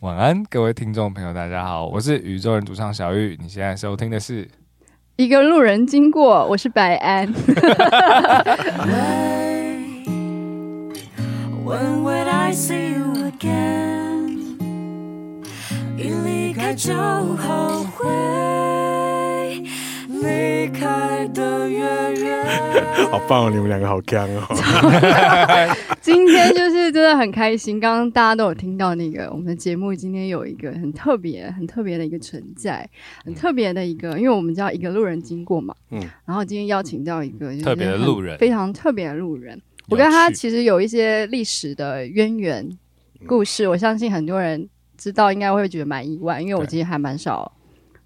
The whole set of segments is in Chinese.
晚安，各位听众朋友，大家好，我是宇宙人主唱小玉，你现在收听的是一个路人经过，我是白安。 When, when would I see you again？一离开就后悔，离开的越远。好棒哦！你们两个好干 哦。 今天就是真的很开心，刚刚大家都有听到那个我们的节目，今天有一个很特别、很特别的一个存在，很特别的一个，因为我们叫一个路人经过嘛，嗯嗯，然后今天邀请到一个就是特别的路人很非常特别的路人。我跟他有趣其实有一些历史的渊源故事，我相信很多人知道，应该会觉得蛮意外，因为我对其实还蛮少、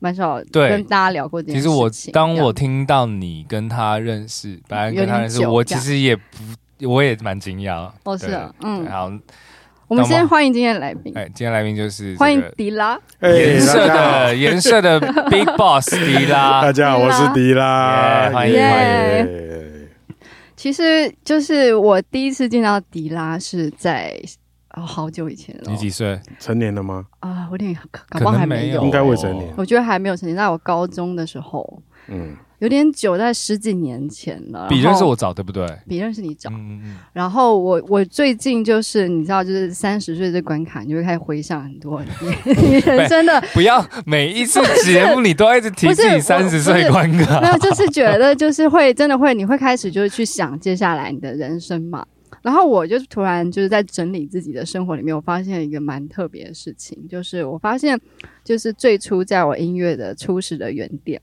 蛮少对跟大家聊过这件其事实情。我当这样我听到你跟他认识，白安跟他认有识，点久我这其样实也不，我也蛮惊讶。哦是啊对嗯对好，我们当我先欢迎今天的来宾，哎，今天来宾就是这欢迎个迪拉。哎颜色大家好的颜色 的 Big Boss 迪大啊拉，家好，我是迪拉耶，欢迎耶欢其实就是我第一次见到迪拉是在哦好久以前了你几岁？成年了吗？啊，我有点搞搞可不好还能没有，应该未成年我觉得还没有成年，在我高中的时候嗯，有点久，在十几年前了。比然认后识我早，对不对？比认识你早。嗯嗯然后我我最近就是你知道，就是三十岁这关卡，你就会开始回想很多你 你人生的嗯，不要每一次节目你都要一直提不是自己我三十岁不是关卡 没。有，就是觉得就是会真的会，你会开始就是去想接下来你的人生嘛。然后我就突然就是在整理自己的生活里面，我发现一个蛮特别的事情，就是我发现就是最初在我音乐的初始的原点，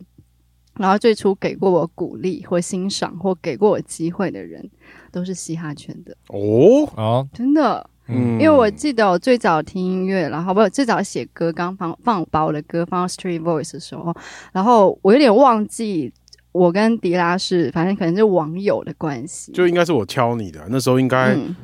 然后最初给过我鼓励或欣赏或给过我机会的人，都是嘻哈圈的，哦，哦，真的。嗯，因为我记得我最早听音乐，然后不最早写歌，刚放放把我的歌放到 Street Voice 的时候，然后我有点忘记我跟迪拉是，反正可能是网友的关系。就应该是我敲你的，那时候应该嗯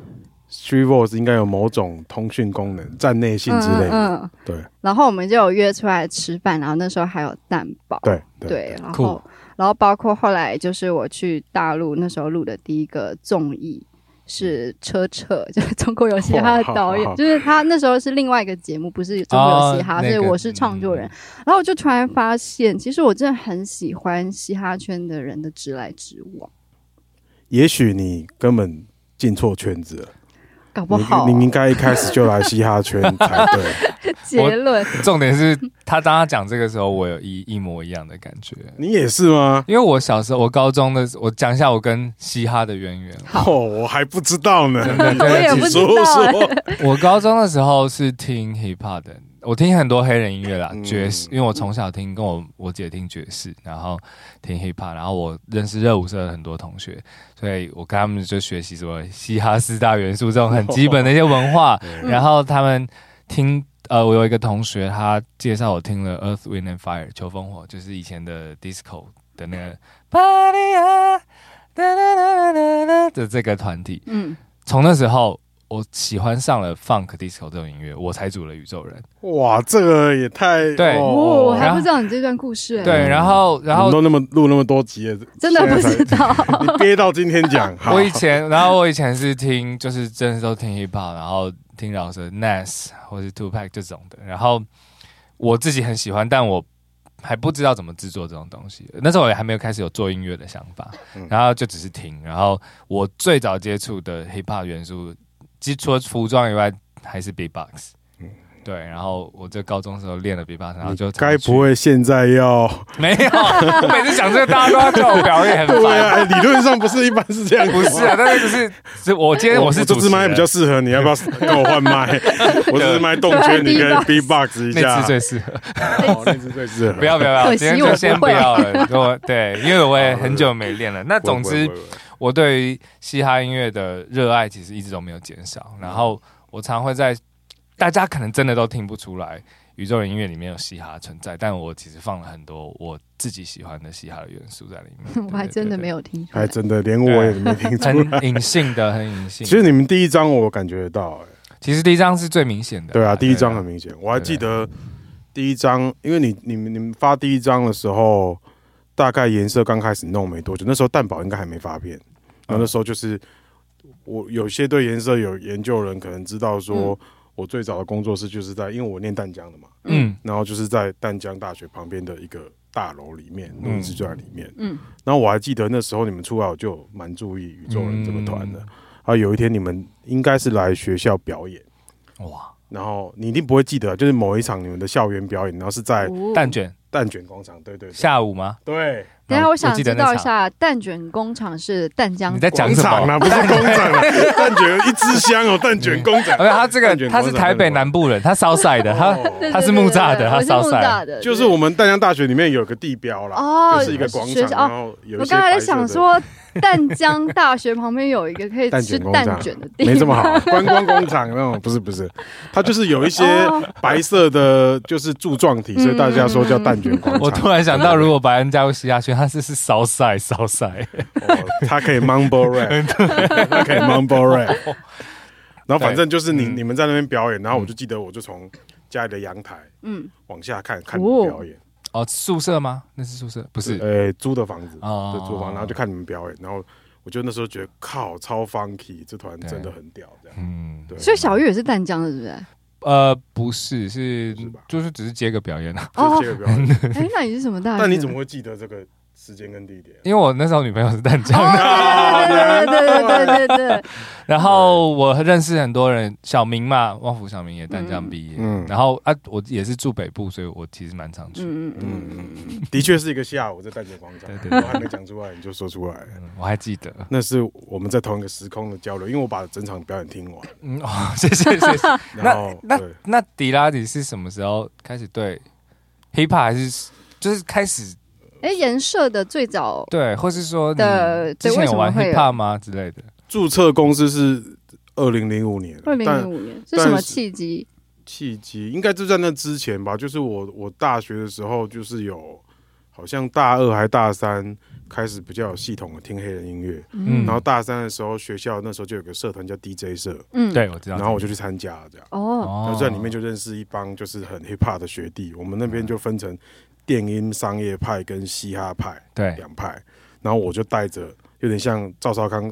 Street Voice 应该有某种通讯功能、站内信之类的，嗯嗯，对然后我们就有约出来吃饭，然后那时候还有蛋堡，对对，然酷后然后包括后来就是我去大陆那时候录的第一个综艺。是车澈， 就是中国有嘻哈的导演，哇就是他那时候是另外一个节目，不是中国有嘻哈，哦所以那个我是创作人。然后我就突然发现，其实我真的很喜欢嘻哈圈的人的直来直往，也许你根本进错圈子了，搞不好你你应该一开始就来嘻哈圈才 对。结论重点是他当他讲这个时候，我有一一模一样的感觉。你也是吗？因为我小时候，我高中的时候，我讲一下我跟嘻哈的渊源。哦，我还不知道呢，我也不知你说道、哎说， 我高中的时候是听 hip hop 的，我听很多黑人音乐啦，嗯爵士，因为我从小听，跟我我姐听爵士，然后听 hip hop，然后我认识热舞社的很多同学，所以我跟他们就学习什么嘻哈四大元素这种很基本的一些文化，然后他们听。呃，我有一个同学，他介绍我听了 Earth, Wind and Fire 求风火，就是以前的 disco 的那个 Party 啊，哒哒哒哒哒哒的这个团体，嗯，从那时候，我喜欢上了 funk disco 这种音乐，我才组了宇宙人。哇，这个也太对哦，我还然后不知道你这段故事、哎对，然后，然后都那么录那么多集了，真的不知道。 你憋到今天讲。好我以前，然后我以前是听，就是真的都听 hip hop，然后听饶舌 Nas 或是 Two Pack 这种的。然后我自己很喜欢，但我还不知道怎么制作这种东西。那时候我也还没有开始有做音乐的想法，嗯然后就只是听。然后我最早接触的 hip hop 元素，其实除了服装以外，还是 beatbox 嗯。对，然后我在高中的时候练了 beatbox，然后你就该常去不会现 在要没有，我每次讲这个，大家都要叫我表演，很对啊？烦。哎理论上不是一般是这样子吗，不是啊，但是就是是我今天我我是这主持支麦人比较适合你，要不要跟我 换麦？我这支麦动圈，你可以 B box 一那下次，最适合，哦那支最适合。不要不要不要，可今惜天就先我不不会要了。我对，因为我也很久没练了。那总喂，之喂，喂喂我对于嘻哈音乐的热爱其实一直都没有减少。然后我常会在大家可能真的都听不出来宇宙人音乐里面有嘻哈存在，但我其实放了很多我自己喜欢的嘻哈的元素在里面。我还真的没有，有听出来还。哎真的连我也没听出来。很隐性的，很隐 性。其实你们第一张我感觉得到，哎其实第一张是最明显的啦。对啊，第一张很明显，我还记得第一张，因为你你们你们发第一张的时候，大概颜色刚开始弄没多久，那时候蛋堡应该还没发片，然后那时候就是我有些对颜色有研究的人可能知道说。我最早的工作室就是在，因为我念淡江的嘛，嗯然后就是在淡江大学旁边的一个大楼里面，录音室就在里面。嗯，然后我还记得那时候你们出来，我就蛮注意宇宙人这个团的。嗯啊，有一天你们应该是来学校表演，哇，然后你一定不会记得，就是某一场你们的校园表演，然后是在哦蛋卷蛋卷广场，对对对，下午吗？对等一下，嗯我想记知得那道一场下，蛋卷工厂是淡江你在讲广什场么？啊，不是工厂 啊，蛋卷一支香哦，蛋卷工厂而，且他这蛋个卷他是广场台北那个南部人，他烧晒的，他哦对对他是对木栅的对对他我是烧木晒栅的，就是对我们淡江大学里面有个地标啦，哦就是一个广学场，校然后有一我些刚才白在色想的说，淡江大学旁边有一个可以蛋吃卷工蛋厂卷的地方，没这么好，观光工厂那种不是不是，它就是有一些 哦白色的，就是柱状体，所以大家说叫蛋卷广 场。我突然想到，如果白恩加入西亚圈，他是是烧晒烧晒，哦 它可以 mumble rap，它可以 mumble rap。然后反正就是你对嗯你们在那边表演，然后我就记得我就从家里的阳台嗯，往下看看你们表演，哦，宿舍吗？那是宿舍，不是呃租的房子，哦就租房，然后就看你们表演，然后我就那时候觉得靠超 funky，这团真的很屌，这样嗯，对。所以小玉也是淡江的，对不对？呃，不是，是不是吧就是只是接个表演啊，就是这个表演， 哎，那你是什么大学？但你怎么会记得这个时间跟地点？因为我那时候女朋友是淡江的， 哦？对对对对对对对对，然后我认识很多人，小明嘛，旺福小明也淡江毕业，嗯然后啊，我也是住北部，所以我其实蛮常去，嗯嗯嗯，嗯，的确是一个下午在淡水广场，对对对我还没讲出来你就说出来了，嗯我还记得， 那是我们在同一个时空的交流，因为我把整场表演听完，嗯，哦，谢谢谢 谢。然后那对那迪拉迪是什么时候开始对 hiphop 还是就是开始哎，颜社的最早对，或是说你的之前有玩对为什么会有 hiphop 吗之类的？注册公司是二零零五年，二零但零五年是什么契机？契机应该就在那之前吧，就是我我大学的时候就是有，好像大二还大三开始比较有系统的听黑人音乐，嗯然后大三的时候学校那时候就有个社团叫 DJ 社，嗯，对，我知道。然后我就去参加这样。哦，哦然后在里面就认识一帮就是很 hip hop 的学弟，我们那边就分成电音商业派跟嘻哈派哦对，两派，然后我就带着有点像赵少康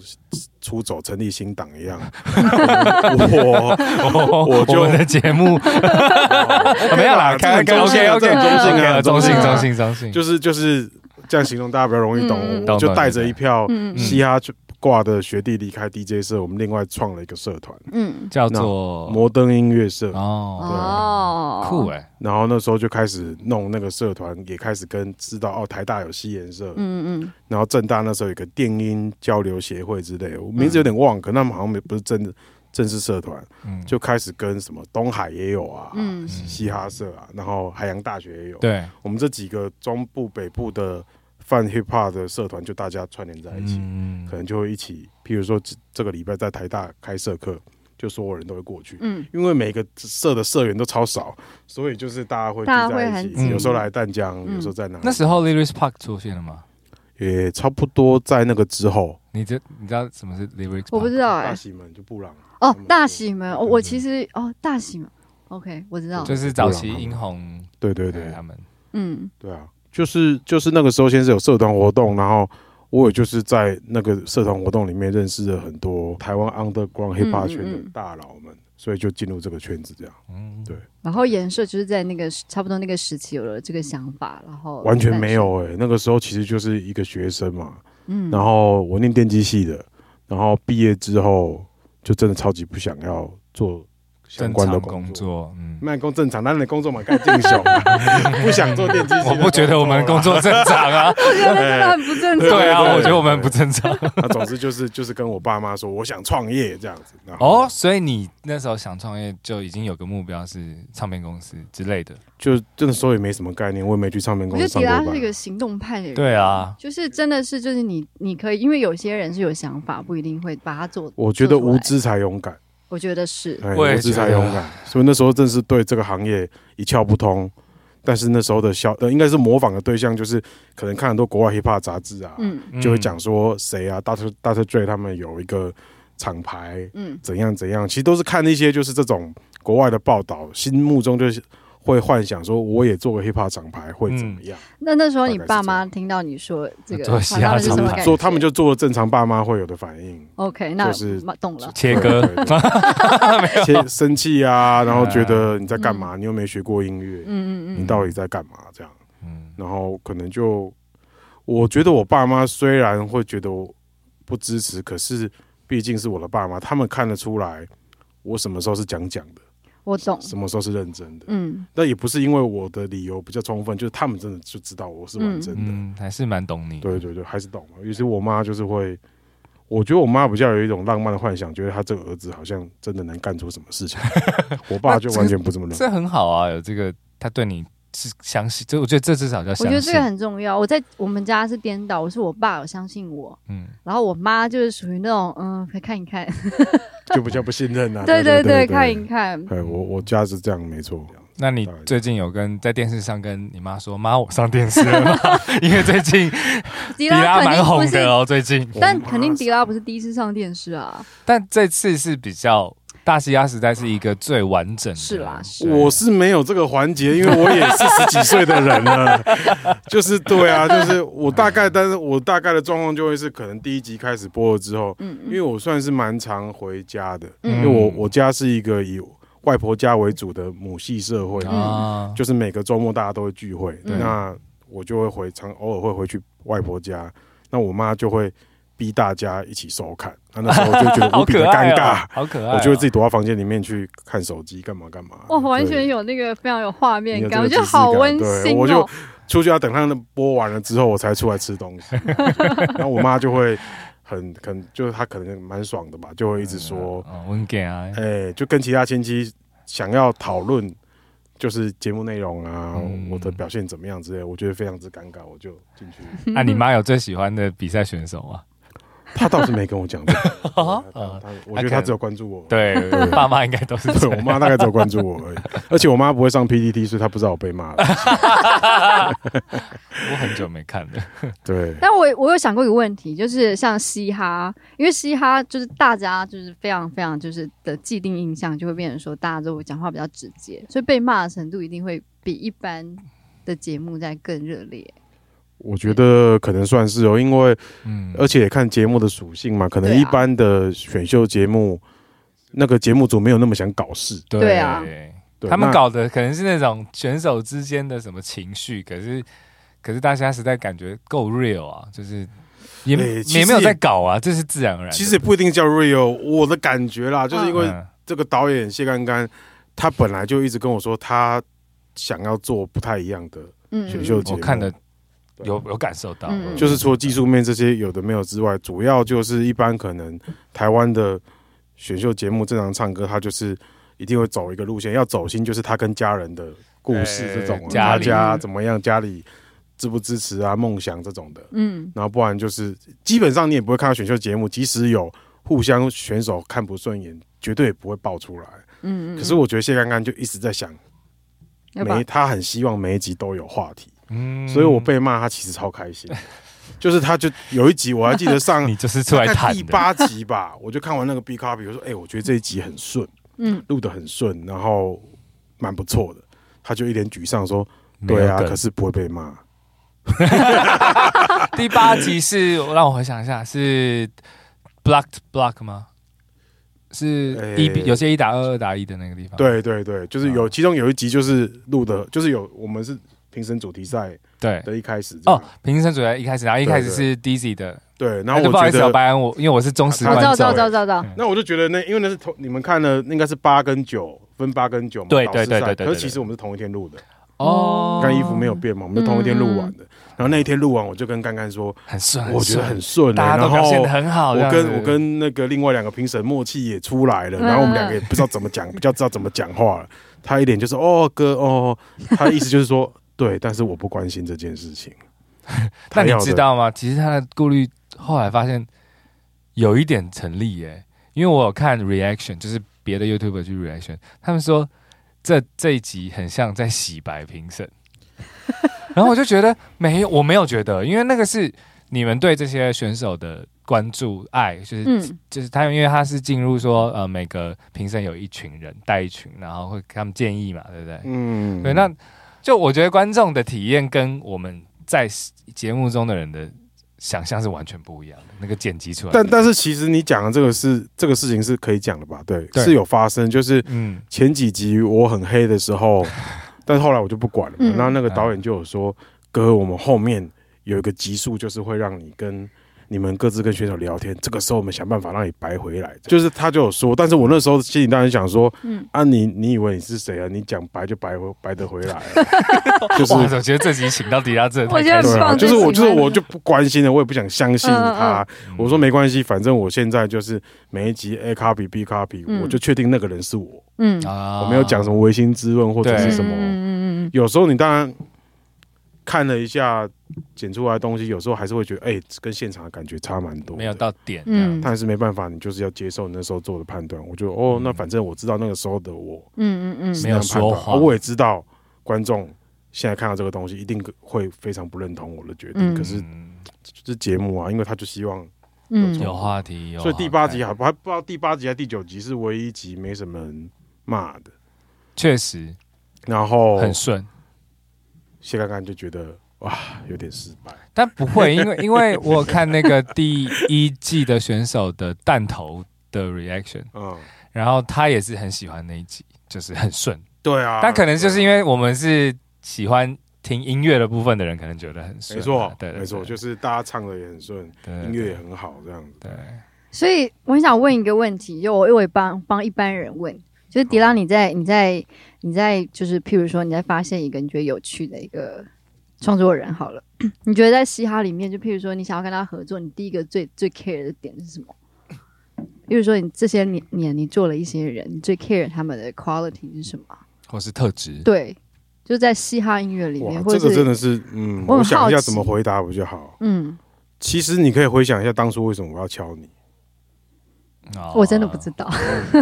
出走成立新党一样， 我哦我就们的节 目哦没有啦，哦这很开开中性 OK 啊 OK 这很中性中性中这很啊中性中性，就是就是这样形容大家比较容易懂，嗯嗯我就带着一票嗯嗯嘻哈挂的学弟离开 DJ 社，我们另外创了一个社团嗯，叫做摩登音乐社，哦哦，酷，哎，然后那时候就开始弄那个社团，也开始跟知道哦台大有西研社，嗯嗯然后正大那时候有个电音交流协会之类的，嗯我名字有点忘，可那们好像没不是正正式社团，嗯，就开始跟什么东海也有啊，嗯嘻哈社啊，然后海洋大学也有，对，我们这几个中部北部的泛 hip hop 的社团就大家串联在一起，嗯可能就会一起，譬如说这这个礼拜在台大开社课，就所有人都会过去。啊嗯因为每个社的社员都超少，所以就是大家会聚大家会在很一紧起，有时候来淡江，嗯有时候在哪里。那时候 Lyris Park 出现了吗？也差不多在那个之后，你知你知道什么是 Lyris？我不知啊道大哎，喜门就布朗哦，大喜门，哦嗯我其实哦，大喜门，OK，我知道，就是早期英红对对对对他们，嗯对啊，就是就是那个时候先是有社团活动，然后我也就是在那个社团活动里面认识了很多台湾 underground hip 嗯 hop 嗯圈的嗯大佬们，所以就进入这个圈子，这样嗯，对然后颜社就是在那个时差不多那个时期有了这个想法，然后完全没，有哎、那个时候其实就是一个学生嘛，嗯， 然后我念电机系的，然后毕业之后就真的超级不想要做相正关的常工工作。作，嗯，卖工正常，但你的工作嘛，干进雄啊， 不想做电机系的我不觉得我们工啦作正常啊，我觉得真的很不正常，对啊， 对对我觉得我们不正常。 那总之就是就是跟我爸妈说我想创业这样子。然后哦，，所以你那时候想创业就已经有个目标是唱片公司之类的。就真的时候也没什么概念，我也没去唱片我公觉司得上迪拉过班是一。个行动派的人，对啊，就是真的是就是你你可以，因为有些人是有想法，不一定会把它做，我觉得无知才勇敢，我觉得是，哎，我也无知才觉得勇敢。所以那时候正是对这个行业一窍不通，但是那时候的消呃应该是模仿的对象就是可能看很多国外 hiphop 杂志啊，嗯就会讲说谁啊，大特大特 Dre 他们有一个厂牌，嗯怎样怎样，其实都是看那些就是这种国外的报道，心目中就是会幻想说，我也做个 hiphop 厂牌会嗯怎么样？那那时候你爸妈听到你说这个，做嘻哈他们是什么厂牌感觉？说他们就做了正常爸妈会有的反应， OK，那就是懂了。切割 对，对对先生气啊，然后觉得你在干嘛？你又没学过音乐，嗯嗯嗯你嗯，到底在干嘛？这样，嗯，然后可能就，我觉得我爸妈虽然会觉得我不支持，可是毕竟是我的爸妈，他们看得出来我什么时候是讲讲的，我懂。什么时候是认真的。嗯，但也不是因为我的理由比较充分，就是他们真的就知道我是玩真的。嗯，还是蛮懂你。对对对，还是懂了。尤其我妈就是会，我觉得我妈比较有一种浪漫的幻想，觉得她这个儿子好像真的能干出什么 事情。我爸就完全不这么认为。这很好啊，有这个他对你是相信，这我觉得这至少叫我相觉信。得这个很重要。我在我们家是颠倒，我是我爸有相信我，嗯，然后我妈就是属于那种嗯，可以看一看，就比较不信 任啊。对对对，对，看一看。哎，我我家是这样，没错。那你最近有跟在电视上跟你妈说，妈，我上电视了吗？ 因为最近迪迪拉拉肯蛮定不红的是，哦，最近。但肯定迪拉不是第一次上电视啊。但这次是比较大西亚时代是一个最完整的，是啦是对我是没有这个环节，因为我也四十几岁的人了，就是对啊，就是我大概，但是我大概的状况就会是，可能第一集开始播了之后，嗯因为我算是蛮常回家的，嗯因为我我家是一个以外婆家为主的母系社会，啊，就是每个周末大家都会聚会，嗯那我就会回常偶尔会回去外婆家，那我妈就会逼大家一起收看，那那时候我就觉得 好无比的可爱尴哦尬。好可爱哦。我就会自己躲到房间里面去看手机，干嘛干嘛。哇，完嗯对全有那个非常有画面你有感，我觉这个得即视感好温馨对哦。我就出去要等他们播完了之后，我才出来吃 东西。然后我妈就会很很，就是她可能蛮爽的吧，就会一直说，嗯，我很 gay 啊，哎、就跟其他亲戚想要讨论，就是节目内容啊，嗯我的表现怎么样之类的，我觉得非常之尴尬，我就进去。 那啊你妈有最喜欢的比赛选手 吗？她倒是没跟我讲这个，对她嗯她我觉得她只有关注我。对，爸妈应该都是对这我样。妈大概只有关注我而已，而且我妈不会上 PPT，所以她不知道我被 骂了。我很久没看了，对，但我我有想过一个问题，就是像嘻哈，因为嘻哈就是大家就是非常非常就是的既定印象，就会变成说大家都讲话比较直接，所以被骂的程度一定会比一般的节目在更热烈。我觉得可能算是哦，因为嗯，而且也看节目的属性嘛，可能对啊一般的选秀节目，那个节目组没有那么想搞事。对啊对他们那搞的可能是那种选手之间的什么情绪，可是可是大家实在感觉够 real 啊，就是也、哎其实也没有也在搞啊，这是自然而然的。其实也不一定叫 real，我的感觉啦，就是因为嗯这个导演谢干干，他本来就一直跟我说他想要做不太一样的，嗯，选秀嗯节我目看的对有有感受到，嗯哦就是除了技术面这些有的没有之外，主要就是一般可能台湾的选秀节目正常唱歌，他就是一定会走一个路线，要走心就是他跟家人的故事这种哎，他家里家怎么样，家里支不支持啊，梦想这种的。嗯，然后不然就是基本上你也不会看到选秀节目，即使有互相选手看不顺眼，绝对也不会爆出来。嗯嗯，可是我觉得谢刚刚就一直在想，要每把一他很希望每一集都有话题，嗯所以我被骂他其实超开心。 就是他就有一集我还记得上 你就是出来大概谈第的，八集吧， 我就看完那个 B copy，我说哎、我觉得这一集很顺，嗯录的很顺，然后蛮不错的。他就一脸沮丧说：“没有对啊，梗可是不会被骂。第八集是我让我回想一下，是 blocked block 吗？是哎一、比有些一打二，二打一的那个地方。”，对对对，就是啊有，其中有一集就是录的，就是有我们是评审主题赛对的一开始这样哦，评审主要一开始，然后一开始对是 Dizzy 的，对，然那后就我不好觉意思哦，得，白安，我因为我是忠实他我观知众道，他知道，照知道，知道，嗯那我就觉得那因为那是同你们看了应该是八跟九分八跟九嘛，对导师赛对对对对可对是其实我们是同一天录的，哦，干衣服没有变嘛，我们是同一天录完的。然后那一天录完，我就跟干干说，嗯很顺，我觉得顺很顺、欸，大家都然后表现的很好。我这样跟子我跟那个另外两个评审默契也出来了，嗯然后我们两个也不知道怎 么讲，比较知道怎么讲话了。他一脸就是哦哥哦，他的意思就是说对，但是我不关心这件事情。 那他你要的知道吗？其实他的顾虑后来发现有一点成立耶，因为我有看 reaction，就是别的 YouTuber 去 reaction，他们说这这一集很像在洗白评审，然后我就觉得没有，我没有觉得，因为那个是你们对这些选手的关注爱，就是、嗯就是他，因为他是进入说呃每个评审有一群人带一群，然后会给他们建议嘛，对不对？嗯，对，那就我觉得观众的体验跟我们在节目中的人的想象是完全不一样的，那个剪辑出来的，但但是其实你讲的这个是这个事情是可以讲的吧？对，对是有发生，就是嗯，前几集我很黑的时 候，但是后来我就不管了嘛。嗯那那个导演就有说，哥，我们后面有一个集数，就是会让你跟你们各自跟选手聊天，这个时候我们想办法让你白回来。就是他就有说，但是我那时候心里当然想说，嗯，啊你你以为你是谁啊？你讲白就白回 白得回来啊，就是哇，我觉得这集请到迪拉这，我觉得很对啊，棒就是最我喜就是欢我的就不关心了，我也不想相信嗯嗯他。我说没，没关系，反正我现在就是每一集 A copy B copy，、嗯我就确定那个人是我，嗯，啊我没有讲什么唯心之论或者对是什么。嗯嗯嗯有时候你当然看了一下剪出来的东西，有时候还是会觉得，哎、跟现场的感觉差蛮多。没有，到点，嗯嗯但是没办法，你就是要接受你那时候做的判断。我就哦，那反正我知道那个时候的我嗯嗯是嗯没那有样判断说谎啊我也知道观众现在看到这个东西一定会非常不认同我的决嗯定。可是这节目啊，因为他就希望嗯有话题，有啊所以第八集好看还不还不知道第八集还是第九集是唯一一集没什么人骂的，确实然后很顺，谢刚刚就觉得哇有点失败，但不会，因为因为我看那个第一季的选手的弹头的 reaction，嗯，然后他也是很喜欢那一集，就是很顺，对啊，但可能就是因为为我们是喜欢听音乐的部分的人，可能觉得很顺啊，没错，对，对没错，就是大家唱的也很顺，音乐也，很好，这样子。对对对对所以我很想问一个问题，就我因为我帮帮一般人问，就是迪拉，你在你在你在就是譬如说你在发现一个你觉得有趣的一个创作人好了， 你觉得在嘻哈里面，就譬如说你想要跟他合作，你第一个最最 care 的点是什么？比如说你这些年年你做了一些人，你最 care 他们的 quality 是什么？或是特质，对，就在嘻哈音乐里哇面，，或这者个是真的是，嗯，我很我想一好下奇怎么回答我就好。嗯，其实你可以回想一下当初为什么我要敲你，哦我真的不知道，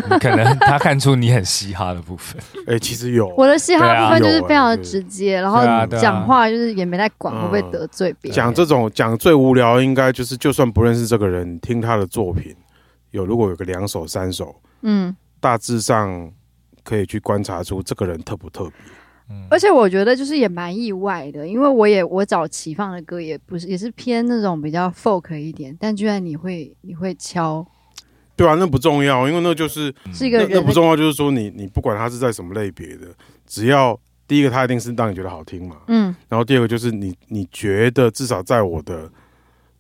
可能他看出你很嘻哈的部分，哎，其实有嗯我的嘻对哈啊部分就是有非常欸的对直接，然对啊后对啊讲话就是也没在管会不会嗯得罪别人，讲这种讲最无聊，应该就是就算不认识这个人，听他的作品，有如果有个两首三首，嗯。大致上可以去观察出这个人特不特别。嗯而且我觉得就是也蛮意外的，因为我也我找齐放的歌也不是也是偏那种比较 folk 一点，但居然你会你会敲，对啊，那不重要，因为那就是嗯是一那个那人不的，重要，就是说你你不管他是在什么类别的，只要第一个他一定是让你觉得好听嘛，嗯然后第二个就是你你觉得至少在我的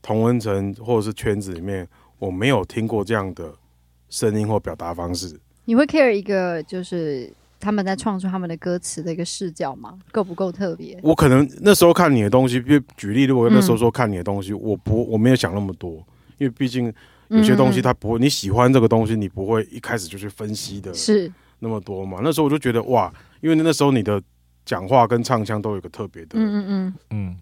同温层或者是圈子里面，我没有听过这样的声音或表达方式。你会 care 一个就是他们在创作他们的歌词的一个视角吗？够不够特别？我可能那时候看你的东西，比如举例，如果那时候嗯说看你的东西，我不我没有想那么多，因为毕竟有些东西它它不会，你喜欢这个东西，你不会一开始就去分析的是那么多嘛。那时候我就觉得哇，因为那时候你的讲话跟唱腔都有一个特别的，嗯嗯嗯，嗯，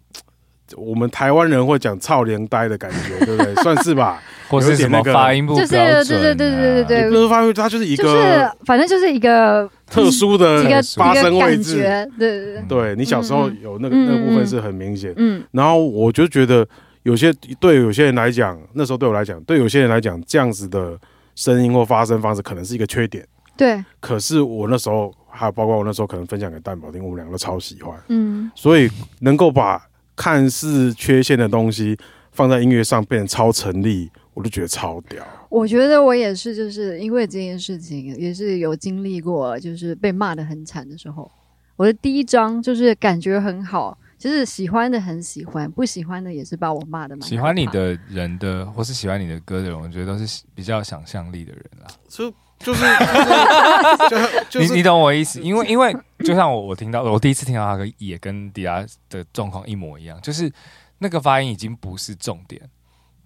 我们台湾人会讲操连呆的感 觉，对不对？算是吧。或是什有么点那个发音不就是标准啊，对对对对对对也不是发挥，它就是一就是个反正就是一个特殊一的个发一个声位感置。觉，对对对，对你小时候嗯有那个嗯那个部嗯分是很明显，嗯然后我就觉得有些对有些人来讲，那时候对我来讲，对有些人来讲，这样子的声音或发声方式可能是一个缺点。对，可是我那时候，还有包括我那时候可能分享给蛋宝听，我们两个都超喜欢，嗯所以能够把看似缺陷的东西放在音乐上变成超成立，我就觉得超屌。我觉得我也是，就是因为这件事情，也是有经历过，就是被骂的很惨的时候。我的第一张就是感觉很好，就是喜欢的很喜欢，不喜欢的也是把我骂的蛮。喜欢你，的人的，或是喜欢你的歌的人，我觉得都是比较有想象力的人啦。就就是 就你你懂我 意思？因为因为就像我我听到我第一次听到他歌，也跟迪拉的状况一模一样，就是那个发音已经不是重点，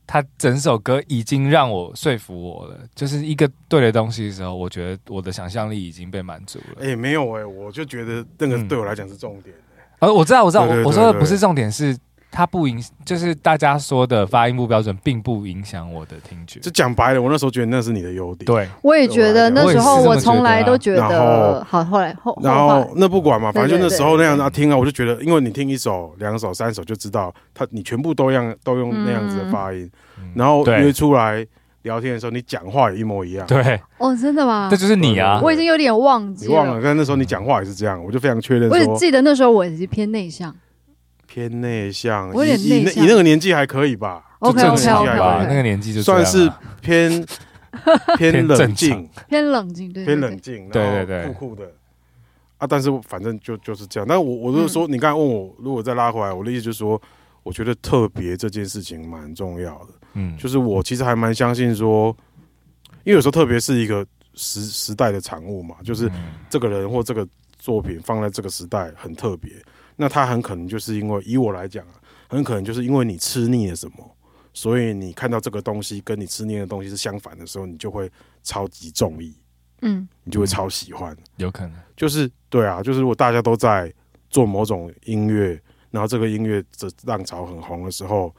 他整首歌已经让我说服我了，就是一个对的东西的时候，我觉得我的想象力已经被满足了。哎、没有哎、我就觉得那个嗯对我来讲是重点。呃而我知道我知道，对对我对我说的对不是重点是它不影，就是大家说的发音不标准，并不影响我的听觉。就讲白了，我那时候觉得那是你的优点。对，我也觉得那时候我我也是这么觉得啊从来都觉然后得好，后来后然后后话那不管嘛，反正就那时候对那对样子啊听啊，我就觉得，因为你听一首、两首、三首就知道，他你全部都样都用那样子的发音，嗯然后对约出来聊天的时候，你讲话也一模一样。对，哦，真的吗这？就是你啊对我。已经有点忘记你忘了，但那时候你讲话也是这样，我就非常确认哦我只说记得那时候我已经偏内向。偏内向。我你有点你那内向你那个年纪还可以吧？就 OK 正 OK 常 OK 吧，那 OK，个年纪就这样算啊是 偏偏偏冷正静，偏冷静，对，对偏对冷静，对然对后对酷酷的啊。但是我反正就就是这样。但我我嗯就是说，你刚才问我，如果再拉回来，我的意思就是说，我觉得特别这件事情蛮重要的。嗯，就是我其实还蛮相信说，因为有时候特别是一个时时代的产物嘛，就是嗯这个人或这个作品放在这个时代很特别，那他很可能就是因为以我来讲啊，很可能就是因为你吃腻了什么，所以你看到这个东西跟你吃腻的东西是相反的时候，你就会超级中意，嗯，你就会超喜欢。有可能，就是对啊，就是如果大家都在做某种音乐，然后这个音乐的浪潮很红的时候，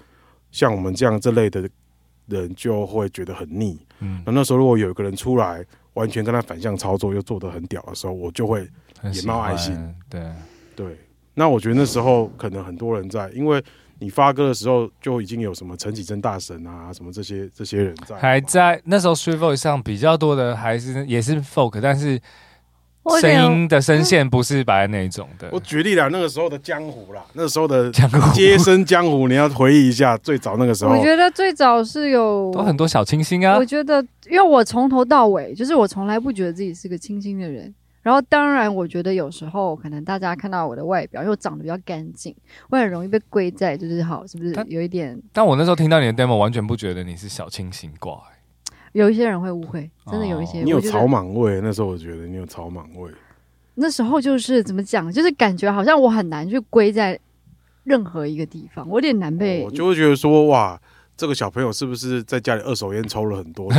像我们这样这类的人就会觉得很腻。嗯那，那时候如果有一个人出来，完全跟他反向操作又做得很屌的时候，我就会很也喜冒爱欢心，对，对。那我觉得那时候可能很多人在，因为你发歌的时候就已经有什么陈绮贞大神啊，什么这些这些人在，还在那时候 s t r e e voice 上比较多的还是也是 folk，但是我有声点音的声线不是白那一种的我。举例啦，那个时候的江湖啦，那时候的江 湖街声江湖，你要回忆一下最早那个时候我，觉得最早是有都很多小清新啊我，觉得，因为我从头到尾，就是我从来不觉得自己是个清新的人。然后，当然，我觉得有时候可能大家看到我的外表，因为我长得比较干净，我很容易被归在就是好，是不是但有一点？但我那时候听到你的 demo，完全不觉得你是小清新挂、欸有一些人会误会，真的有一些。哦你有我觉得草莽味，那时候我觉得你有草莽味，那时候就是怎么讲，就是感觉好像我很难去归在任何一个地方，我有点难被哦我。就会觉得说哇，这个小朋友是不是在家里二手烟抽 了很多，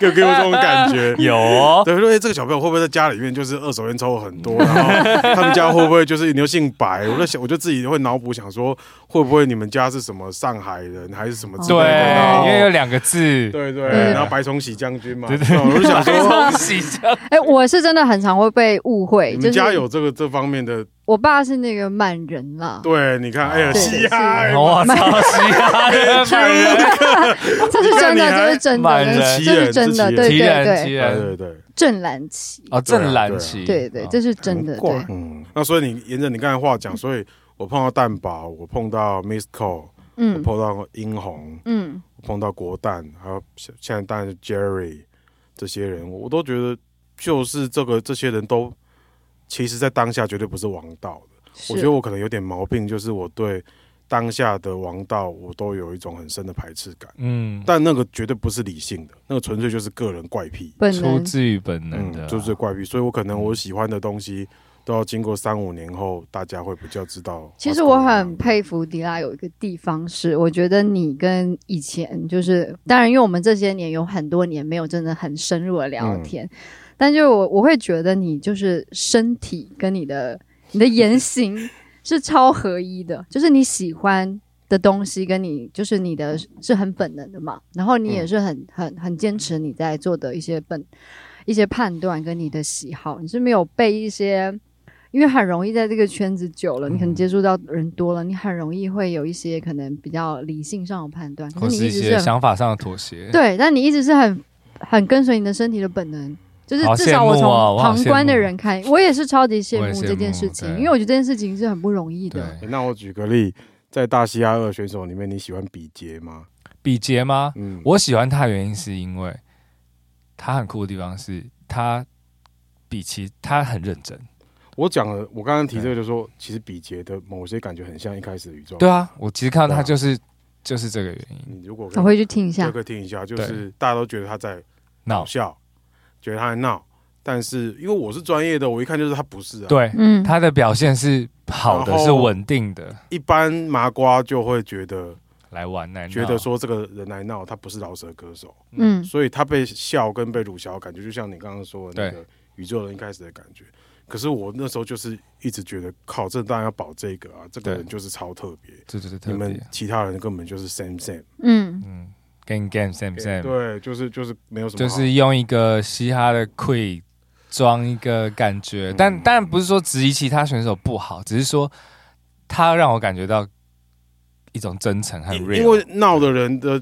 有给我这种感觉。 有哦，对，说哎，这个小朋友会不会在家里面就是二手烟抽了很多，然 后他们家会不会就是牛姓白？我在想，我就自己会脑补想说，会不会你们家是什么上海人还是什么之类的？然后对，因为有两个字，对对，嗯然后白崇禧将军嘛，对对然后我就想说，恭喜这哎、我是真的很常会被误会。你就们是家有这个这方面的？我爸是那个满人啦，对，你看，哎呀，对嘻哈，哎样，我操，嘻哈的 满人，这是真你 的，看你还这是真满人的，这是真的，是对奇对人，奇对，对人，对对，郑兰琪，哦，郑兰奇，对对，这是真的，啊很怪对，嗯，那所以你沿着你刚才话讲，所以我碰到蛋堡，我碰到 Miss Cole，我嗯碰到英红，嗯，我碰到国蛋，还有现现在当然是 Jerry 这些人，我都觉得就是这个这些人都，其实在当下绝对不是王道的。是我觉得我可能有点毛病，就是我对当下的王道，我都有一种很深的排斥感。嗯，但那个绝对不是理性的，那个纯粹就是个人怪癖。本出人自于本能的啊，嗯就是怪癖，所以我可能嗯我喜欢的东西都要经过三五年后，大家会比较知道。其实我啊很佩服迪拉有一个地方是，我觉得你跟以前就是，当然因为我们这些年有很多年没有真的很深入的聊嗯天，但就是我我会觉得你就是身体跟你的你的言行是超合一的，就是你喜欢。的东西跟你就是你的是很本能的嘛，然后你嗯也是很、很很坚持你在做的一些本一些判断跟你的喜好，你是没有被一些，因为很容易在这个圈子久了，你可能嗯接触到人多了，你很容易会有一些可能比较理性上的判断，可或是是你一一直些是很想法上的妥协，对，但你一直是很很跟随你的身体的本能。就是好至少我羡慕从啊我好旁观的羡慕人看，我也是超级羡我也慕羡这件慕事情，对因为我觉得这件事情是很不容易对的。欸诶。那我举个例，在大西亚二选手里面，你喜欢比杰吗？比劫吗？嗯，我喜欢他的原因是因为他很酷的地方是他比其他很认真。我讲了，我刚刚提这个，就是说其实比杰的某些感觉很像一开始的宇宙。对，啊，我其实看到他对啊就是就是这个原因你如果可以我会去听一就下可，以听一下，就对是大家都觉得他在闹搞，笑，觉得他在闹，但是因为我是专业的，我一看就是他不是啊。，对，嗯，他的表现是好的，然后是稳定的，一般麻瓜就会觉得来玩来闹觉得说这个人来闹，他不是饶舌歌手。嗯所以他被笑跟被辱笑，感觉就像你刚刚说的那个宇宙人一开始的感觉。可是我那时候就是一直觉得，靠，这当然要保这个啊，这个对人就是超特别，对对对，你特们别，其他人根本就是 same same，嗯，嗯，gang gang sam sam，对，啊就是就是没有什么就好，是用一个嘻哈的 quick 装一个感嗯觉，但当然不是说质疑其他选手不好，只是说他让我感觉到一种真诚和因 real，因为闹的人的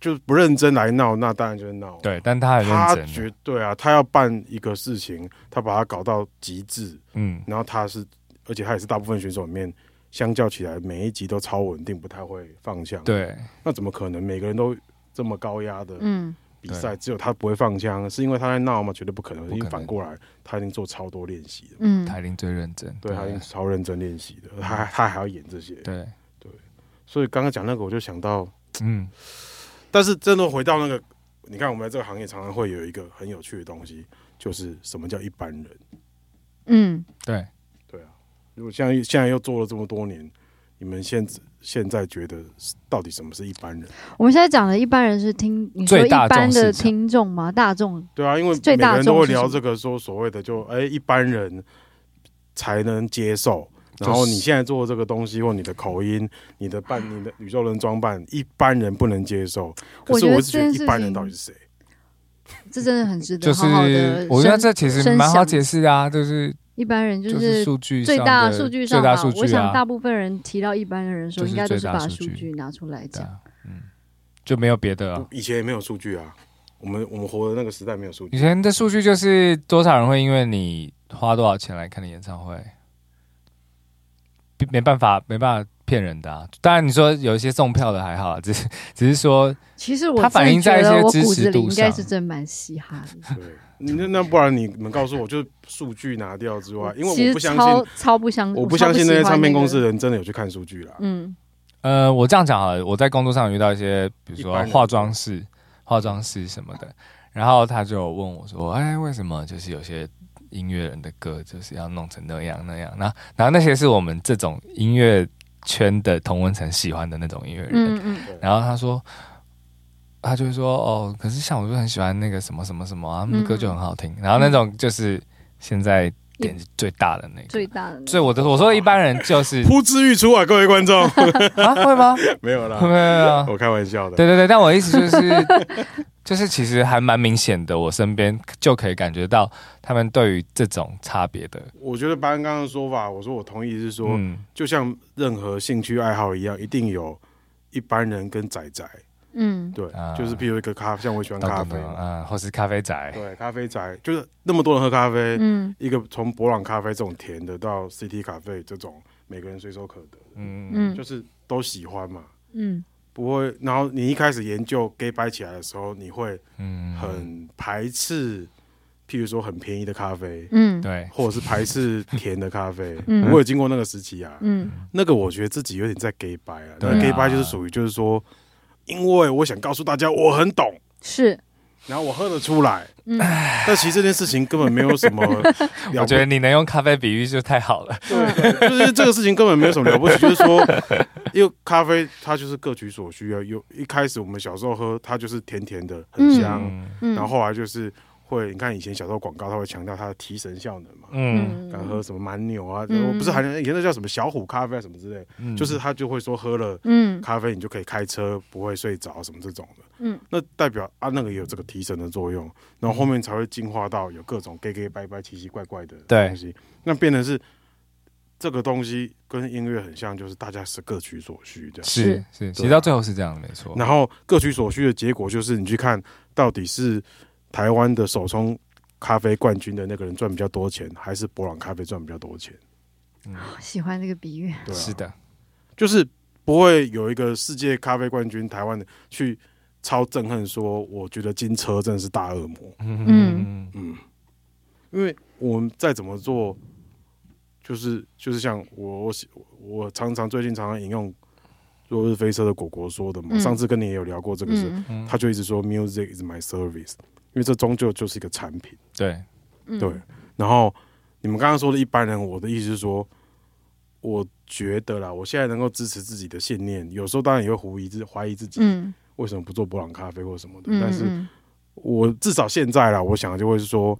就是不认真来闹，那当然就是闹。对，但他很他认真绝的，对啊，他要办一个事情，他把它搞到极致，嗯，然后他是，而且他也是大部分选手里面，相较起来每一集都超稳定，不太会放枪。，对，那怎么可能每个人都这么高压的嗯，比赛，只有他不会放枪，是因为他在闹吗？绝对不可能，因为反过来他已经做超多练习了，嗯，台林最认真，对啊嗯他已经超认真练习的，他他还要演这些，对，所以刚刚讲那个我就想到，嗯，但是真的回到那个，你看我们在这个行业常常会有一个很有趣的东西，就是什么叫一般人。嗯，对，对啊，如果像现在又做了这么多年，你们现现在觉得到底什么是一般人？我们现在讲的一般人是听你说最一大众般的市场听众吗？大众，对啊，因为最每大的个人都重会视聊是这个说所谓的就哎、一般人才能接受。然后就是你现在做的这个东西，或你的口音、你的扮、你的宇宙人装扮，一般人不能接受。我可是觉得我一直觉得这件一般事人情到底是谁？这真的很值得就是好好的。我觉得这其实深蛮好想解释的啊，就是一般人就就是是数据最上大的数据上最吧大数，我据想大啊，部分人提到一般的人说，就是应该都是最大把数数据据拿出来对讲。啊嗯，就没有别的啊。以前也没有数据啊，我们我们活的那个时代没有 数以据。前的数据就是多少人会因为你花多少钱来看你演唱会，没没办法，没办法骗人的、啊。当然，你说有一些送票的还好啊，只是只是说其实我它反映在一些真的觉得支我持骨子里度应该上是真蛮嘻哈的，对，那那不然你们告诉我，就是数据拿掉之啊外，因其为实我不相超信，超不相，我超不相信喜那些欢唱片公个司的人真的有去看数据啦。嗯呃，我这样讲好了，我在工作上有遇到一些，比如一般说人化妆师、化妆师什么的，然后他就问我说：“哎，为什么就是有些音乐人的歌就是要弄成那样那样？”那然后那些是我们这种音乐圈的同文层喜欢的那种音乐人，嗯嗯，然后他说，他就会说哦，可是像我就很喜欢那个什么什么什嗯么啊，他们的歌就很好听。然后那种就是现在点最大的那最个。大的那所以我的我说的一般人就是 呼之欲出啊，各位观众，啊会 吗？没有啦会，吗？我开玩笑的。对对对，但我意思就是 就是其实还蛮明显的，我身边就可以感觉到他们对于这种差别的，我觉得班刚刚的说法，我说我同意是说，嗯，就像任何兴趣爱好一样，一定有一般人跟仔仔，嗯对，啊就是譬如一个咖，像我喜欢懂咖懂啡，懂啊，或是咖啡仔，对，咖啡仔就是那么多人喝咖啡，嗯一个从博朗咖啡这种甜的到 CT 咖啡这种，每个人随手可得，嗯嗯就是都喜欢嘛。嗯不会，然后你一开始研究 gay 掰起来的时候，你会嗯，很排斥，譬如说很便宜的咖啡，嗯对，或者是排斥甜的咖啡。嗯我有经过那个时期啊，嗯那个我觉得自己有点在 gay 掰啊，对那啊 gay 掰就是属于就是说，因为我想告诉大家我很懂，是然后我喝得出 来，嗯但其实这件事情根本没有什么了我不觉得你能用咖啡比喻就太好了，对，就是这个事情根本没有什么了不起，就是说，因为咖啡它就是各取所需啊。有一开始我们小时候喝，它就是甜甜的，很香，嗯嗯，然后后来就是会，你看以前小时候广告，它会强调它的提神效能嘛。嗯然后喝什么蛮牛啊，嗯不是含以前那叫什么小虎咖啡啊什么之类，嗯就是他就会说喝了嗯咖啡你就可以开车不会睡着什么这种的，嗯，那代表啊那个也有这个提神的作用，然后后面才会进化到有各种 gay gay 拜拜奇奇怪怪的对东西，那变成是这个东西跟音乐很像，就是大家是各取所需这样，是哦是是，对其实到最后是这样的，没错。然后各取所需的结果就是你去看到底是台湾的手冲咖啡冠军的那个人赚比较多钱，还是博朗咖啡赚比较多钱？嗯喜欢这个比喻，对、啊，是的，就是不会有一个世界咖啡冠军台湾的去超憎恨说，我觉得金车真的是大恶魔，嗯，嗯，因为我们再怎么做，就是就是像我我喜我常常最近常常引用落日飞车的果果说的嘛，嗯上次跟你也有聊过这个事，嗯嗯他就一直说 music is my service，因为这终究就是一个产品，对，嗯对，然后你们刚刚说的一般人，我的意思是说，我觉得啦，我现在能够支持自己的信念，有时候当然也会怀疑自怀疑自己嗯为什么不做博朗咖啡或什么的，嗯，但是嗯我至少现在啦，我想的就会是说，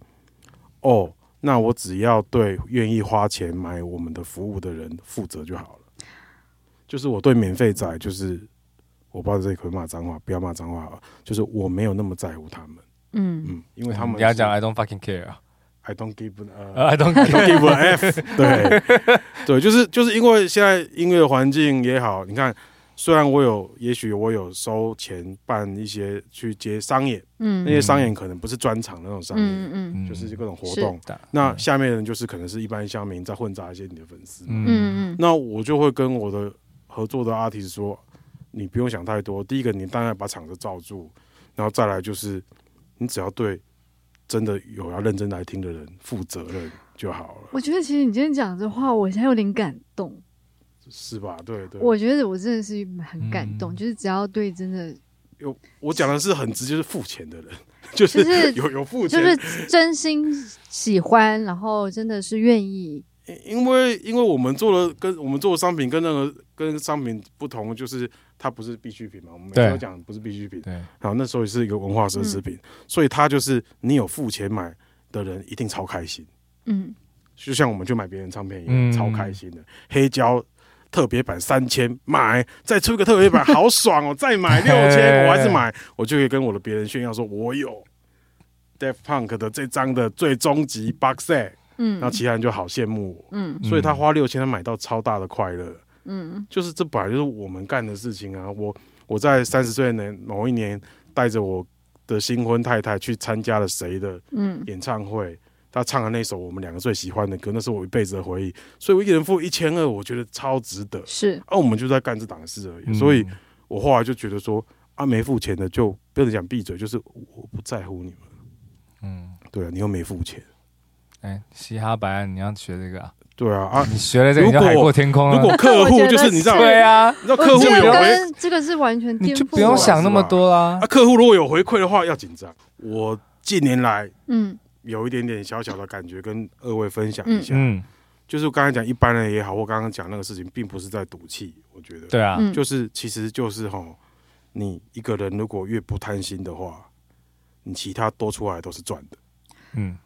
哦，那我只要对愿意花钱买我们的服务的人负责就好了。就是我对免费仔，就是我不知道这里可不可以骂脏话，不要骂脏话好了，就是我没有那么在乎他们，嗯，嗯，因为他们你要讲是 I don't fucking care 啊 I don't give an- 呃 ，I don't care。 don't give a F 对。对 就是就是因为现在音乐环境也好，你看，虽然我有，也许我有收钱办一些去接商演，嗯那些商演可能不是专场的那种商演，嗯嗯嗯 就是各种活动。的那下面的人就是可能是一般乡民，再混杂一些你的粉丝。嗯嗯嗯那我就会跟我的合作的 artist 说，你不用想太多。第一个，你当然把场子罩住，然后再来就是，你只要对真的有要认真来听的人负责任就好了，我觉得其实你今天讲这话，我现在有点感动。是吧？对对。我觉得我真的是很感动，嗯就是只要对真的，我讲的是很直接，是付钱的人，就就是是 有有付就钱，是真心喜欢，然后真的是愿意，因为因为我们做的跟我们做的商品跟那个跟商品不同，就是它不是必需品嘛，我们每次对都讲不是必需品，对，然后那时候也是一个文化奢侈嗯品，所以它就是你有付钱买的人一定超开心，嗯就像我们去买别人唱片一样，嗯超开心的，黑胶。特别版三千买，再出一个特别版，好爽 哦！再买六千，我还是买，我就可以跟我的别人炫耀说，我有 Def Punk 的这张的最终极 Box Set，嗯那其他人就好羡慕我。嗯嗯所以他花六千，他买到超大的快乐，嗯就是这本来就是我们干的事情啊。我我在三十岁的某一年，带着我的新婚太太去参加了谁的嗯演唱会，她唱的那首我们两个最喜欢的歌，那是我一辈子的回忆。所以我一人付一千二，我觉得超值得。是啊，我们就在干这档事而已。嗯所以我后来就觉得说，啊，没付钱的就不要讲闭嘴，就是我不在乎你们。嗯，对啊，你又没付钱。哎，嘻哈白案你要学这个啊，对啊啊！你学了这个你就如果海阔天空了。如果客我户觉得就是你知道，对啊，你知道我客户这有个回跟这个是完全你颠覆就我，不用想那么多啦啊，。客户如果有回馈的话要紧张。我近年来嗯有一点点小小的感觉，跟二位分享一下，嗯，就是刚才讲一般人也好，或刚刚讲那个事情，并不是在赌气，我觉得，对啊，嗯，就是其实就是吼，你一个人如果越不贪心的话，你其他多出来都是赚的，嗯，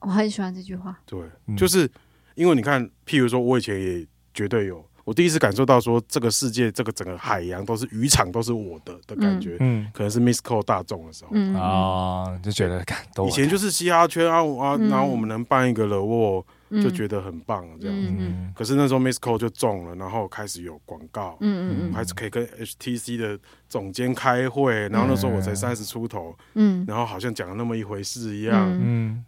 我很喜欢这句话，对，嗯就是因为你看，譬如说我以前也绝对有。我第一次感受到说，这个世界，这个整个海洋都是渔场，都是我的的感觉，嗯可能是 Miss Call 大众的时候，嗯啊，就觉得感动。以前就是嘻哈圈啊我啊，嗯然后我们能办一个了沃，嗯就觉得很棒这样。嗯嗯可是那时候 Miss Cole 就中了，然后开始有广告，嗯嗯还是可以跟 HTC 的总监开会。然后那时候我才三十出头，嗯然后好像讲了那么一回事一样。嗯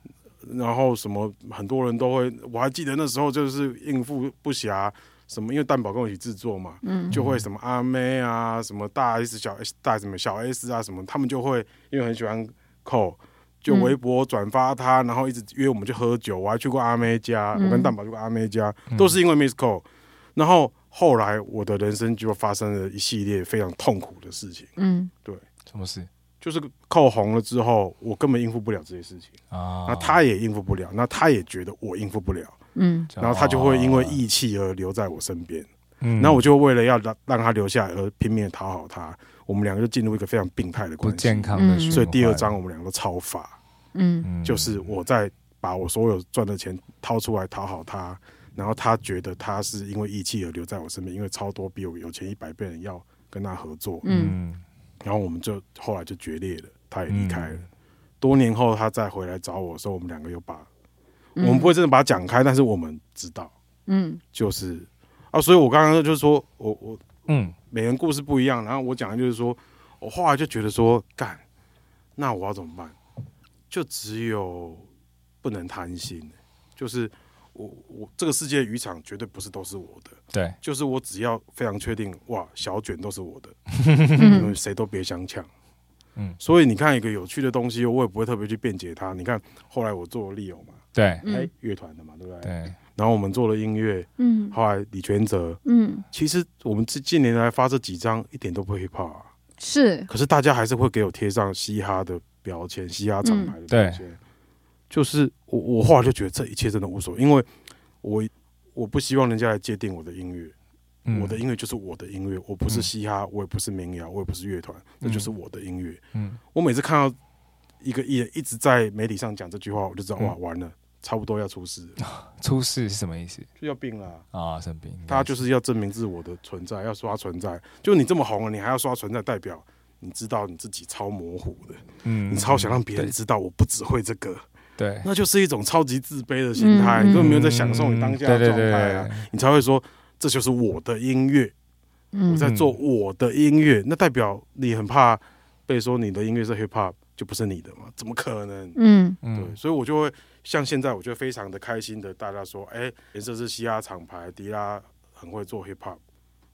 嗯然后什么很多人都会，我还记得那时候就是应付不暇，什么因为蛋宝跟我一起制作嘛，嗯就会什么阿妹啊，什么大 S 小 S 大什么小 S 啊，什么他们就会因为很喜欢扣，就嗯微博转发他，然后一直约我们去喝酒。我还去过阿妹家，嗯我跟蛋宝去过阿妹家，嗯都是因为 Miss Cole。然后后来我的人生就发生了一系列非常痛苦的事情，嗯什么事就是扣红了之后，我根本应付不了这些事情，啊？哦那他也应付不了，那他也觉得我应付不了，嗯这样，然后他就会因为义气而留在我身边。嗯那我就为了要让让他留下来而拼命地讨好他，我们两个就进入一个非常病态的不关系健。康的循环，所以第二章我们两个都超发，嗯嗯就是我在把我所有赚的钱掏出来讨好他，然后他觉得他是因为义气而留在我身边，因为超多比我有钱一百倍的人要跟他合作，嗯然后我们就后来就决裂了，他也嗯离开了。多年后他再回来找我的时候，我们两个又把我们不会真的把它讲开，但是我们知道嗯就是啊，所以我刚刚就是说我我嗯每人故事不一样。然后我讲的就是说，我后来就觉得说，干，那我要怎么办？就只有不能贪心，就是我我这个世界渔场绝对不是都是我的，对，就是我只要非常确定，哇，小卷都是我的，因为嗯谁都别想抢。嗯所以你看一个有趣的东西，我也不会特别去辩解它。你看后来我做了利友嘛，对哎、嗯乐团的嘛，对不对？对，然后我们做了音乐，嗯后来李全哲，嗯其实我们近近年来发这几张一点都不 hip hop 啊、是可是大家还是会给我贴上嘻哈的标签、嘻哈厂牌的标签。嗯就是我，我后来就觉得这一切真的无所谓，因为我我不希望人家来界定我的音乐，嗯我的音乐就是我的音乐，我不是嘻哈，我也不是民谣，我也不是乐团，这就是我的音乐。嗯我每次看到一个艺人一直在媒体上讲这句话，我就知道、嗯哇，完了，差不多要出事了，出事是什么意思就要病了。啊？生病，应该他就是要证明自我的存在，要刷存在。就你这么红了，你还要刷存在，代表你知道你自己超模糊的，嗯你超想让别人知道我不只会这个，对，那就是一种超级自卑的心态，嗯你根本没有在享受你当下嗯的对对状对态啊，你才会说这就是我的音乐，嗯我在做我的音乐，那代表你很怕被说你的音乐是 hip hop 就不是你的嘛？怎么可能？嗯对，所以我就会像现在，我就非常的开心的，大家说，哎、颜色是嘻哈厂牌，迪拉很会做 hip hop，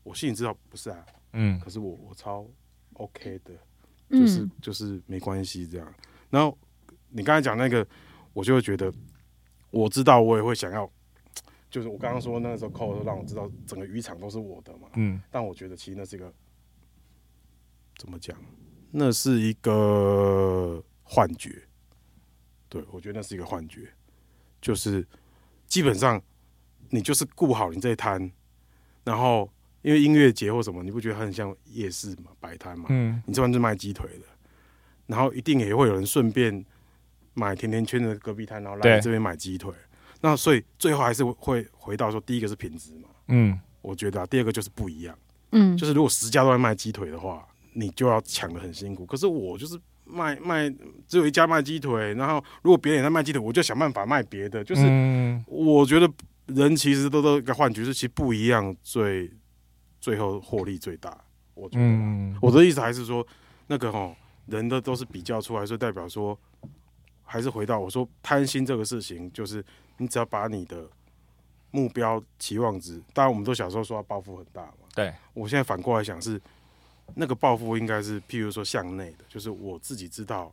我心里知道不是啊，嗯可是我我超 OK 的，嗯就是、就是没关系这样。然后你刚才讲那个，我就会觉得，我知道我也会想要，就是我刚刚说那时候 Cole 让我知道整个渔场都是我的嘛，嗯但我觉得其实那是一个怎么讲？那是一个幻觉。对，我觉得那是一个幻觉，就是基本上你就是顾好你这一摊，然后因为音乐节或什么，你不觉得它很像夜市嘛，摆摊嘛？嗯你这边是卖鸡腿的，然后一定也会有人顺便买甜甜圈的隔壁摊，然后来对你这边买鸡腿。那所以最后还是会回到说，第一个是品质嘛，嗯我觉得、啊；第二个就是不一样。嗯就是如果十家都在卖鸡腿的话，你就要抢的很辛苦。可是我就是卖卖只有一家卖鸡腿，然后如果别人也在卖鸡腿，我就想办法卖别的。就是啊嗯我觉得人其实都都一个幻觉，是其实不一样最最后获利最大。我觉得啦，嗯我的意思还是说，那个吼人的都是比较出来，所以代表说，还是回到我说贪心这个事情，就是你只要把你的目标期望值，当然我们都小时候说要抱负很大嘛，对，我现在反过来想是那个抱负应该是，譬如说向内的，就是我自己知道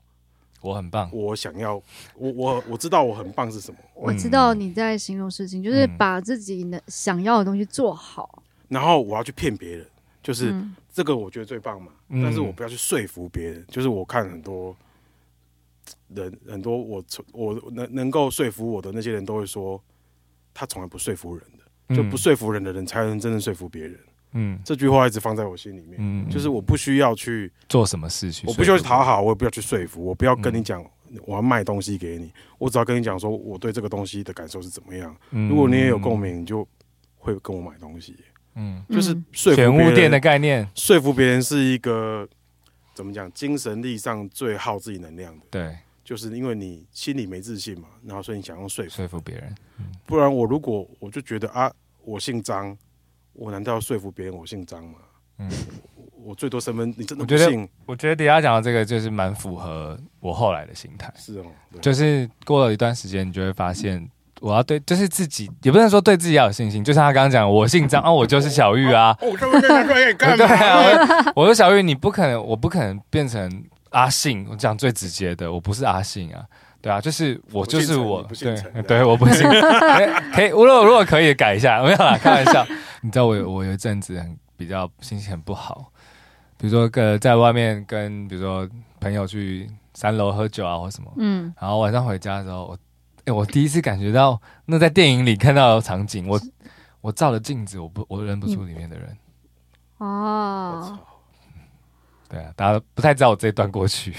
我很棒，我想要，我我我知道我很棒是什么，我知道你在形容事情，就是把自己能想要的东西做好。然后我要去骗别人，就是嗯这个我觉得最棒嘛，嗯但是我不要去说服别人。就是我看很多人，很多我从我能能够说服我的那些人都会说，他从来不说服人的，就不说服人的人才能真正说服别人。嗯这句话一直放在我心里面，嗯，就是我不需要去，做什么事去，我不需要去讨好，我也不要去说服，我不要跟嗯你讲。我要卖东西给你，我只要跟你讲说我对这个东西的感受是怎么样。嗯。如果你也有共鸣，你就会跟我买东西。嗯，就是嗯说服全别屋人店的概念，说服别人是一个怎么讲，精神力上最耗自己能量的，对，就是因为你心里没自信嘛，然后所以你想用说服。说服别人，不然我如果我就觉得啊，我姓张，我难道要说服别人我姓张吗？嗯。我最多身份，你真的我不觉得信我觉得迪亚讲的这个就是蛮符合我后来的心态，是哦，对就是过了一段时间，你就会发现，我要对，就是自己也不能说对自己要有信心，就像他刚刚讲，我姓张，哦，我就是小玉啊，哦，我刚刚在那个干对嘛？啊，我我说 小玉，你不可能，我不可能变成阿信，我讲最直接的，我不是阿信啊。对啊，就是我，我就姓是陈我你不，姓对陈这样对，我不姓，哎 可以，如果如果可以改一下，没有啦，开玩 笑。你知道我有我有一阵子很比较心情很不好，比如说跟在外面跟比如说朋友去三楼喝酒啊或什么，嗯然后晚上回家的时候，我哎，我第一次感觉到那在电影里看到的场景，我我照了镜子，我不我认不出里面的人。我哦，操对啊，大家不太知道我这一段 过去，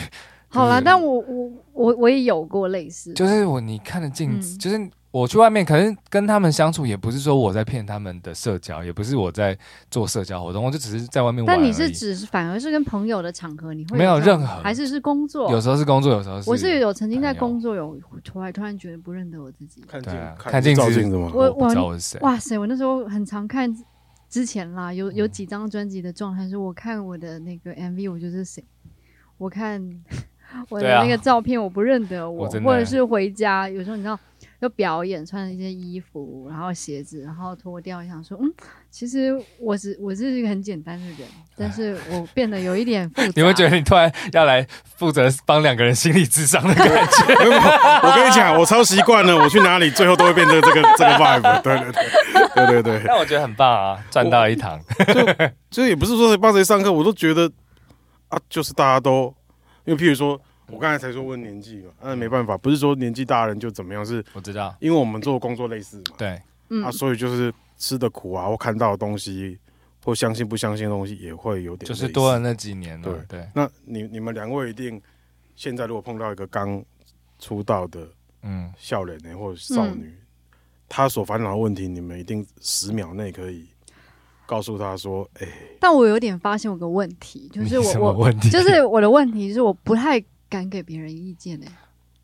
好就了，是但我我我我也有过类似，就是我你看着镜子，嗯就是我去外面，可是跟他们相处，也不是说我在骗他们的社交，也不是我在做社交活动，我就只是在外面玩而但已。你是指是反而是跟朋友的场合，你会没有这种任何还是是工作？有时候是工作，有时候是我是有曾经在朋友工作有突然突然觉得不认得我自己，看对啊镜看镜子照镜子吗？我我不知道我我是谁。哇塞！我那时候很常看之前啦，嗯有有几张专辑的状态是我看我的那个 MV，我就是谁，我 看我的对啊那个照片，我不认得我，我真的或者是回家有时候你知道。要表演，穿一些衣服，然后鞋子，然后脱掉，想说，嗯，其实我只我是一个很简单的 人，但是我变得有一点复杂。你会觉得你突然要来负责帮两个人心理智商的感觉，我跟你讲，我超习惯了，我去哪里最后都会变成这个这个 vibe，对对对对对对。但我觉得很棒啊，赚到一堂。就也不是说谁帮谁上课，我都觉得啊，就是大家都，因为譬如说，我刚才才说问年纪嘛，那、没办法，不是说年纪大人就怎么样，是我知道，因为我们做工作类似嘛，对，嗯啊，所以就是吃的苦啊，或看到的东西，或相信不相信的东西，也会有点就是类似多了。那几年了，对，那你你们两位一定现在如果碰到一个刚出道的嗯，笑脸呢，或者少女，她所烦恼的问题，你们一定十秒内可以告诉她说：“哎、但我有点发现我个问题，就你是什我么我问题？就是我的问题是我不太敢给别人意见欸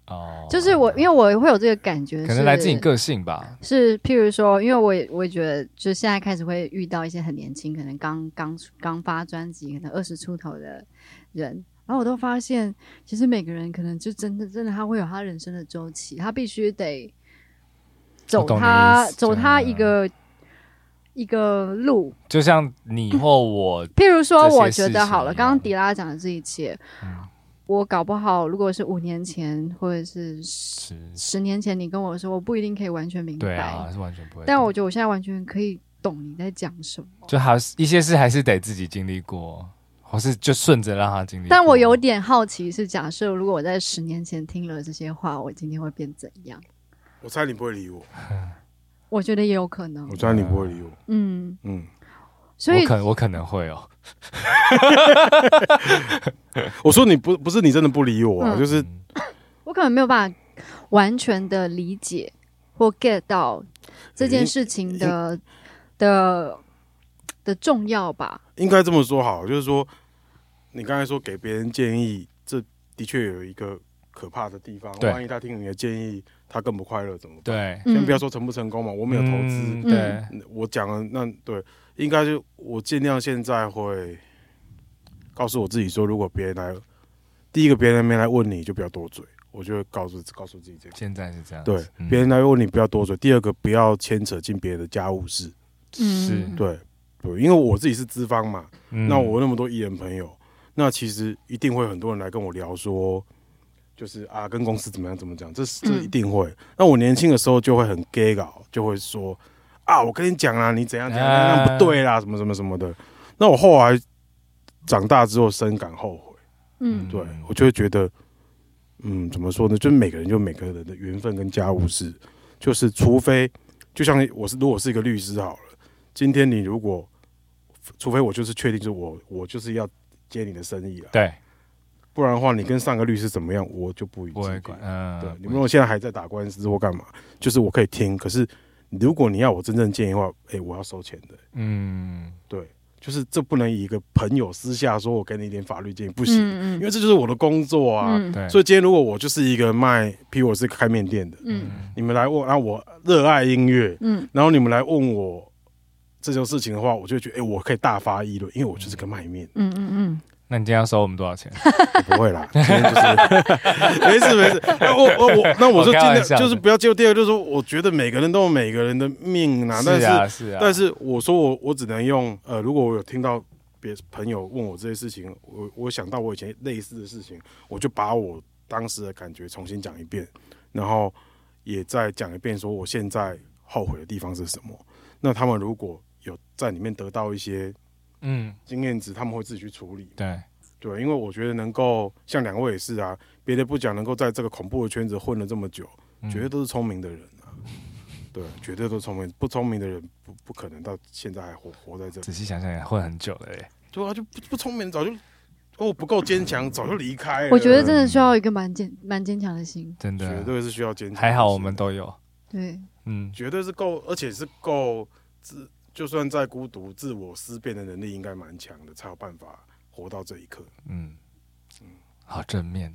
诶、哦，就是我因为我会有这个感觉，可能来自你个性吧，是，譬如说，因为我也我也觉得，就是现在开始会遇到一些很年轻，可能刚刚刚发专辑，可能二十出头的人，然后我都发现，其实每个人可能就真的真的他会有他人生的周期，他必须得走我懂你他意思走他嗯一个一个路。就像你或 我，譬如说，这些我事觉得情好了，一刚刚样迪拉讲的这一切，嗯，我搞不好如果是五年前或者是十是，十年前，你跟我说，我不一定可以完全明白。对啊，是完全不会懂。但我觉得我现在完全可以懂你在讲什么，就还是一些事还是得自己经历过，或是就顺着让他经历过。但我有点好奇是，假设如果我在十年前听了这些话，我今天会变怎样？我猜你不会理我，我觉得也有可能我，猜你不会理我。嗯，”嗯，所以我可我可能会哦，我说你不不是你真的不理我啊，嗯就是嗯我可能没有办法完全的理解或 get 到这件事情的的的重要吧。应该这么说好，就是说你刚才说给别人建议，这的确有一个可怕的地方，对万一他听你的建议，他更不快乐怎么办？对，先不嗯，要说成不成功嘛，我没有投资。嗯嗯对，我讲了，那对，应该就我尽量现在会告诉我自己说，如果别人来，第一个别人没来问你就不要多嘴，我就会告诉告诉自己这个。现在是这样子。对，嗯别人来问你不要多嘴。第二个，不要牵扯进别人的家务事。是嗯，对，对，因为我自己是资方嘛，嗯那我那么多艺人朋友，那其实一定会很多人来跟我聊说，就是啊，跟公司怎么样怎么讲，这是这嗯一定会。那我年轻的时候就会很 gay 搞，就会说啊，我跟你讲啦，你怎样怎样，啊那样不对啦，什么什么什么的。那我后来长大之后深感后悔，嗯对我就会觉得，嗯，怎么说呢？就是每个人就每个人的缘分跟家务事，就是除非就像我是如果是一个律师好了，今天你如果除非我就是确定就是我我就是要接你的生意了，对，不然的话你跟上个律师怎么样，我就不予置我也评管。。嗯，对，你们如果现在还在打官司或干嘛，就是我可以听，可是如果你要我真正建议的话，哎、我要收钱的。嗯，对，就是这不能以一个朋友私下说我给你一点法律建议，不行，嗯因为这就是我的工作啊。嗯对，所以今天如果我就是一个卖，譬如我是开面店的，嗯嗯你们来问，然后啊我热爱音乐，嗯然后你们来问我这种事情的话，我就觉得，哎、我可以大发议论，因为我就是个卖 面，嗯嗯嗯，那你今天要收我们多少 钱？不会啦，今天就是没事没事。 那我我我，那我就我开尽量玩笑的就是不要接受第二个，就是说，我觉得每个人都有每个人的命啊，但是是、啊，是啊，但是我说我我只能用呃，如果我有听到别朋友问我这些事情，我我想到我以前类似的事情，我就把我当时的感觉重新讲一遍，然后也再讲一遍，说我现在后悔的地方是什么。那他们如果有在里面得到一些嗯，经验值，他们会自己去处理。对，对，因为我觉得能够像两位也是啊，别的不讲，能够在这个恐怖的圈子混了这么久，嗯绝对都是聪明的人啊。对，绝对都聪明，不聪明的人不不可能到现在还活活在这里。仔细想想也混很久了耶。对啊，就不不聪明早就哦不够坚强，早就离开了。我觉嗯得真的需要一个蛮坚蛮坚强的心，真绝的，对是需要坚强。啊还好我们都有，对，嗯，绝对是够，而且是够自，就算再孤独，自我思辨的能力应该蛮强的，才有办法活到这一刻。嗯，好正面，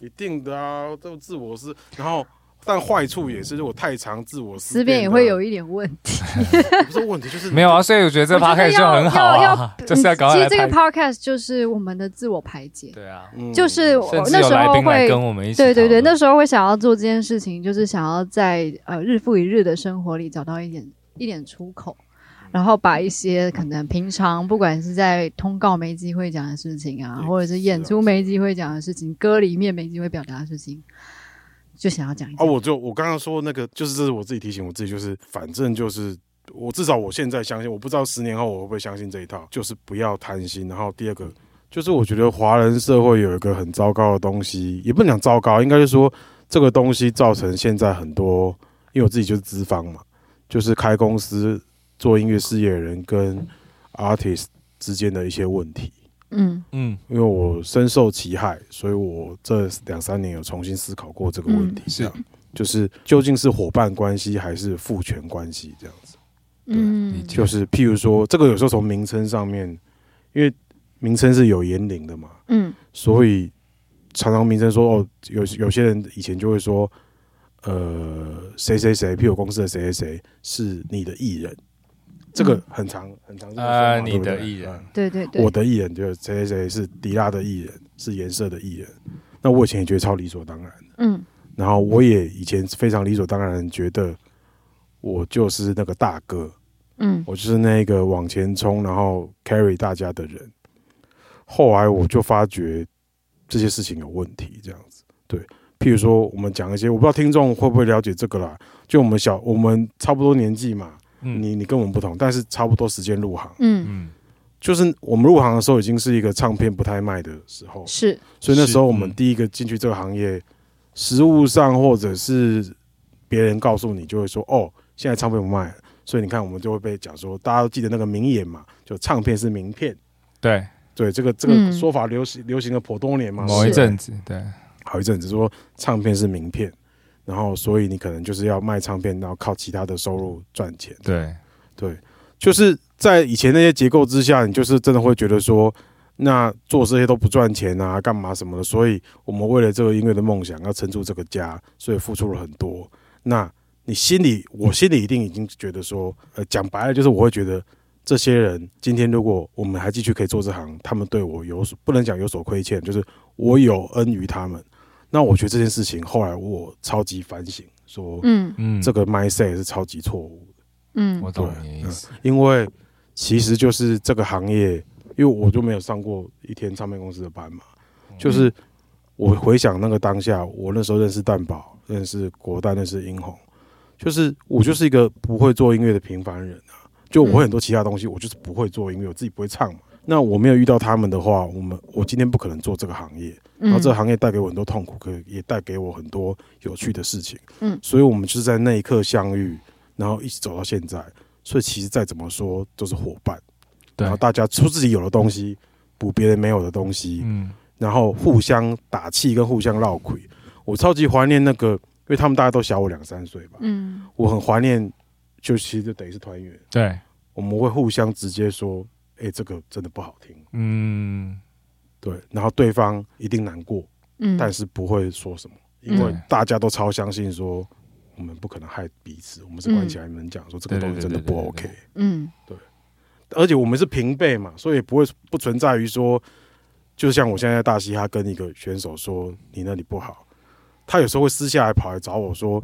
一定的啊，都自我思，然后。但坏处也是，如果太长自我思辨辨的也会有一点问题。 不是问 题，就是没有啊，所以我觉得这我觉得 p 开始就很好要 要嗯啊，就是 要赶快其来实这个拍， podcast 就是我们的自我排解，对啊，嗯就是我甚至那有时来候宾来会跟。我们一起讨论，对对对，那时候会想要做这件事情，就是想要在呃日复一日的生活里找到一点一点出口，嗯然后把一些可能平常不管是在通告没机会讲的事情啊，对或者是演是啊出没机会讲的事情，歌里面没机会表达的事情，就想要讲一啊，哦讲。我就我刚刚说那个，就是这是我自己提醒我自己，就是反正就是我至少我现在相信，我不知道十年后我会不会相信这一套，就是不要贪心。然后第二个就是我觉得华人社会有一个很糟糕的东西，也不能讲糟糕，应该是说这个东西造成现在很多，因为我自己就是资方嘛，就是开公司做音乐事业的人跟 artist 之间的一些问题。嗯嗯，因为我深受其害，所以我这两三年有重新思考过这个问题，嗯是这样就是究竟是伙伴关系还是父权关系这样子。理嗯解就是譬如说，这个有时候从名称上面，因为名称是有年龄的嘛，嗯所以常常名称说哦，有有些人以前就会说，呃，谁谁谁，譬如公司的谁谁谁是你的艺人，这个很长很长嗯啊你的艺嗯人对对对，我的艺人就是谁谁谁是迪拉的艺人，是颜色的艺人。那我以前也觉得超理所当然，嗯然后我也以前非常理所当然地觉得我就是那个大哥，嗯我就是那个往前冲然后 carry 大家的人。后来我就发觉这些事情有问题，这样子。对，譬如说我们讲一些，我不知道听众会不会了解这个啦。就我们小，我们差不多年纪嘛，嗯你你跟我们不同，但是差不多时间入行。嗯，嗯就是我们入行的时候，已经是一个唱片不太卖的时候，是所以那时候我是们嗯第一个进去这个行业，实物上或者是别人告诉你，就会说哦，现在唱片不卖了，所以你看我们就会被讲说，大家都记得那个名言嘛，就唱片是名片，对，对这个这个嗯说法流行流行了颇多年嘛，某一是阵子，对，好一阵子说唱片是名片，然后所以你可能就是要卖唱片，然后靠其他的收入赚钱，对，对，就是在以前那些结构之下，你就是真的会觉得说，那做这些都不赚钱啊，干嘛什么的。所以我们为了这个音乐的梦想，要撑住这个家，所以付出了很多。那你心里，我心里一定已经觉得说，呃，讲白了就是我会觉得。这些人今天如果我们还继续可以做这行，他们对我有所不能讲有所亏欠，就是我有恩于他们。那我觉得这件事情后来我超级反省，说嗯嗯，这个 mindset 是超级错误的嗯我懂对你的意思，因为其实就是这个行业，因为我就没有上过一天唱片公司的班嘛，就是我回想那个当下，我那时候认识蛋宝，认识国蛋，认识殷红，就是我就是一个不会做音乐的平凡人啊，就我会很多其他东西，我就是不会做音乐，我自己不会唱嘛。那我没有遇到他们的话，我们我今天不可能做这个行业，然后嗯这个行业带给我很多痛苦，可也带给我很多有趣的事情。嗯所以我们就是在那一刻相遇，然后一起走到现在。所以其实再怎么说都是伙伴，对然后，大家出自己有的东西，补别人没有的东西，嗯，然后互相打气跟互相绕亏。我超级怀念那个，因为他们大家都小我两三岁吧，嗯我很怀念，就其实就等于是团员，对，我们会互相直接说，哎、这个真的不好听，嗯，对，然后对方一定难过，嗯，但是不会说什么，因为大家都超相信说，我们不可能害彼此，我们是关起来门讲说这个东西真的不对对对对 OK，对嗯而且我们是平辈嘛，所以不会不存在于说，就像我现在在大嘻哈跟一个选手说你那里不好，他有时候会私下来跑来找我说，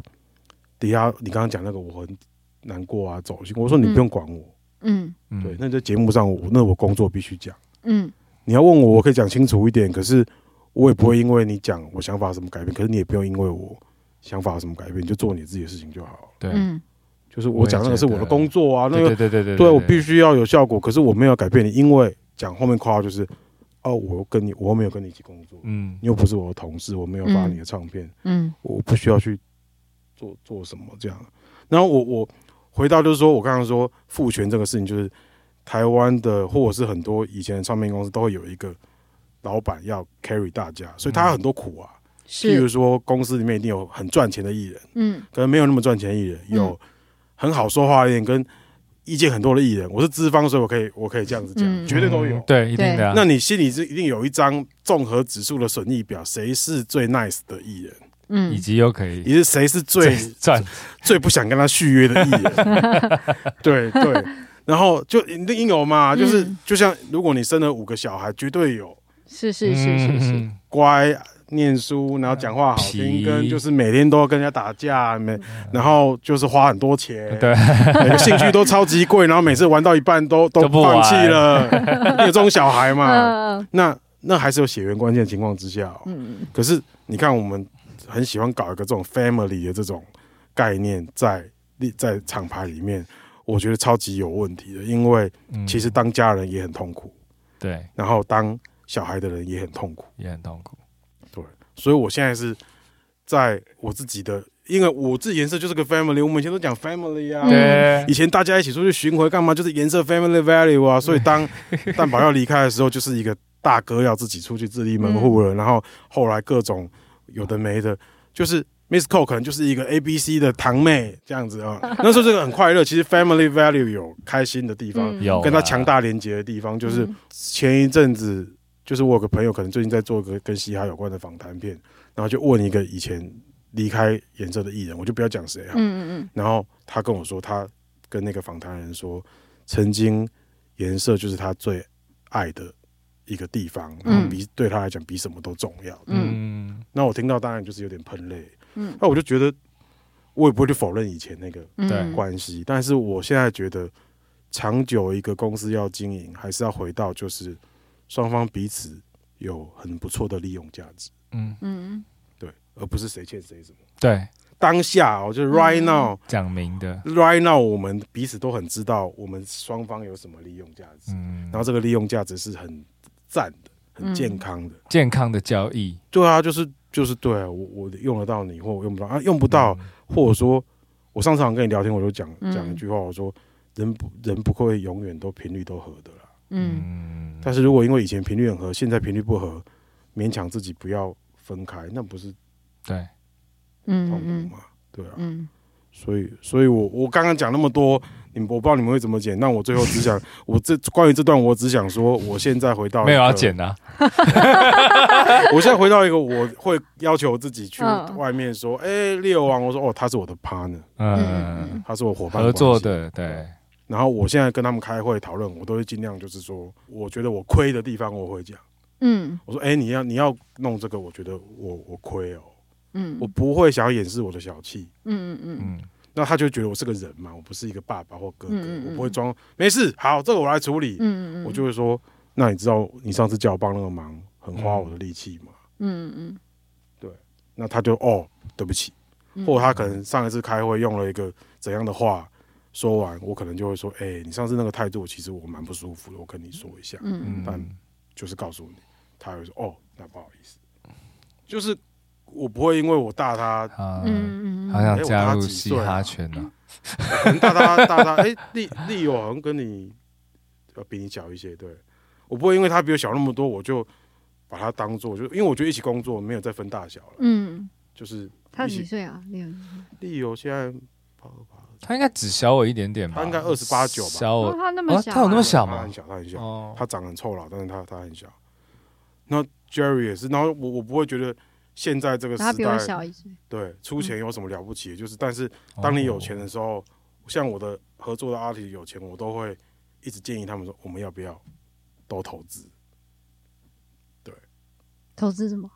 底下你刚刚讲那个我很难过啊，走心。我说你不用管我，嗯嗯对，，那在节目上我那我工作必须讲。嗯你要问我，我可以讲清楚一点，可是我也不会因为你讲我想法有什么改变，可是你也不用因为我想法有什么改变，你就做你自己的事情就好了。对，嗯就是我讲那个是我的工作啊，那个对对对对对我必须要有效果，可是我没有改变你，因为讲后面夸号就是，哦，我又跟你，我又没有跟你一起工作，嗯你又不是我的同事，我没有发你的唱片，嗯我不需要去做做什么这样。然后我我回到就是说我刚刚说父权这个事情，就是台湾的或者是很多以前的唱片公司都会有一个老板要 carry 大家，所以他嗯很多苦啊。譬如是说公司里面一定有很赚钱的艺人。嗯可能没有那么赚钱的艺人，嗯有很好说话的艺人跟意见很多的艺人，我是资方，所以我可以我可以这样子讲，嗯绝对都有。嗯对，一定的啊，那你心里是一定有一张综合指数的损益表，谁是最 nice 的艺人，嗯以及又可以以及谁是最赚，最不想跟他续约的艺人。 对对，然后就一定有嘛，就是、嗯就像如果你生了五个小孩，绝对有是是是是是嗯，乖念书，然后讲话好听，皮嗯跟就是每天都要跟人家打架，每然后就是花很多钱，对， 每个兴趣都超级贵，然后每次玩到一半都都 都不玩放弃了， 一定有这种小孩嘛？嗯那那还是有血缘关系的情况之下、哦，嗯可是你看我们很喜欢搞一个这种 family 的这种概念在在厂牌里面，我觉得超级有问题的，因为嗯其实当家人也很痛苦，对然后当小孩的人也很痛苦。也很痛苦，所以我现在是在我自己的，因为我自己颜色就是个 family，我们以前都讲 family 嗯啊。对 以，前大家一起出去巡回干嘛？就是颜色 family value 啊，所以当蛋宝要离开的时候，就是一个大哥要自己出去自立门户嗯了，然后后来各种有的没的，就是 Miss Cole 可能就是一个 A B C 的堂妹这样子啊。那时候这个很快乐，其实 Family Value 有开心的地方，嗯有啊跟他啦强大连接的地方，就是嗯前一阵子，就是我有个朋友可能最近在做个跟嘻哈有关的访谈片，然后就问一个以前离开颜色的艺人，我就不要讲谁啊，嗯嗯然后他跟我说，他跟那个访谈人说，曾经颜色就是他最爱的一个地方，嗯然后比对他来讲比什么都重要。嗯嗯，那我听到当然就是有点喷泪，嗯那我就觉得我也不会去否认以前那个嗯，对关系，但是我现在觉得长久一个公司要经营，还是要回到就是双方彼此有很不错的利用价值，嗯，嗯对，而不是谁欠谁什么。对，当下哦，就是 right 嗯 now，、讲明的， right now 我们彼此都很知道我们双方有什么利用价值，嗯然，后这个利用价值是很赞的、很健康嗯的。健康的交易对啊，就是就是对啊、我我用得到你，或我用不到啊，用不到，，或者说我上次好像跟你聊天，我就讲嗯讲一句话，我说人不人不会永远都频率都合的啦。嗯嗯，但是如果因为以前频率很合，现在频率不合，勉强自己不要分开，那不是对，嗯痛苦嗯吗？对啊，嗯所以，所以我我刚刚讲那么多，你们我不知道你们会怎么剪。那我最后只想，我这关于这段，我只想说，我现在回到没有一个要，剪啊，我现在回到一个，我会要求自己去嗯外面说，哎、猎王，我说哦，他是我的 partner，嗯嗯嗯，他是我伙伴合作关系。的，对，然后我现在跟他们开会讨论，我都会尽量就是说，我觉得我亏的地方我会讲。嗯我说，哎、你要你要弄这个，我觉得我我亏哦，嗯，我不会想要掩饰我的小气。嗯嗯嗯嗯，那他就觉得我是个人嘛，我不是一个爸爸或哥哥，嗯嗯嗯我不会装没事，好，这个我来处理。嗯嗯，我就会说，那你知道你上次叫我帮那个忙，很花我的力气嘛？嗯那他就哦，对不起，嗯，或者他可能上一次开会用了一个怎样的话说完，我可能就会说，哎、你上次那个态度，其实我蛮不舒服的，我跟你说一下，嗯嗯，就是告诉你，他会说，哦，那不好意思，就是我不会因为我大他啊，嗯嗯，好想加入嘻哈圈啊哎啊呢，可能大他大他，哎、 利利友好像跟你呃比你小一些，对我不会因为他比我小那么多，我就把他当做就，因为我觉得一起工作没有再分大小了，嗯就是他一几起岁啊？六年。利友现在他应该只小我一点点吧，他应该二十八九吧，小哦，我他那啊么小啊，他有那么小他吗很？小，他很小，哦，他长得很臭老，但是他他很小。那 Jerry 也是，然后我我不会觉得现在这个他时比我代，小一嗯岁，对出钱有什么了不起，就是但是当你有钱的时候，像我的合作的阿里有钱，我都会一直建议他们说，我们要不要都投资投资什么？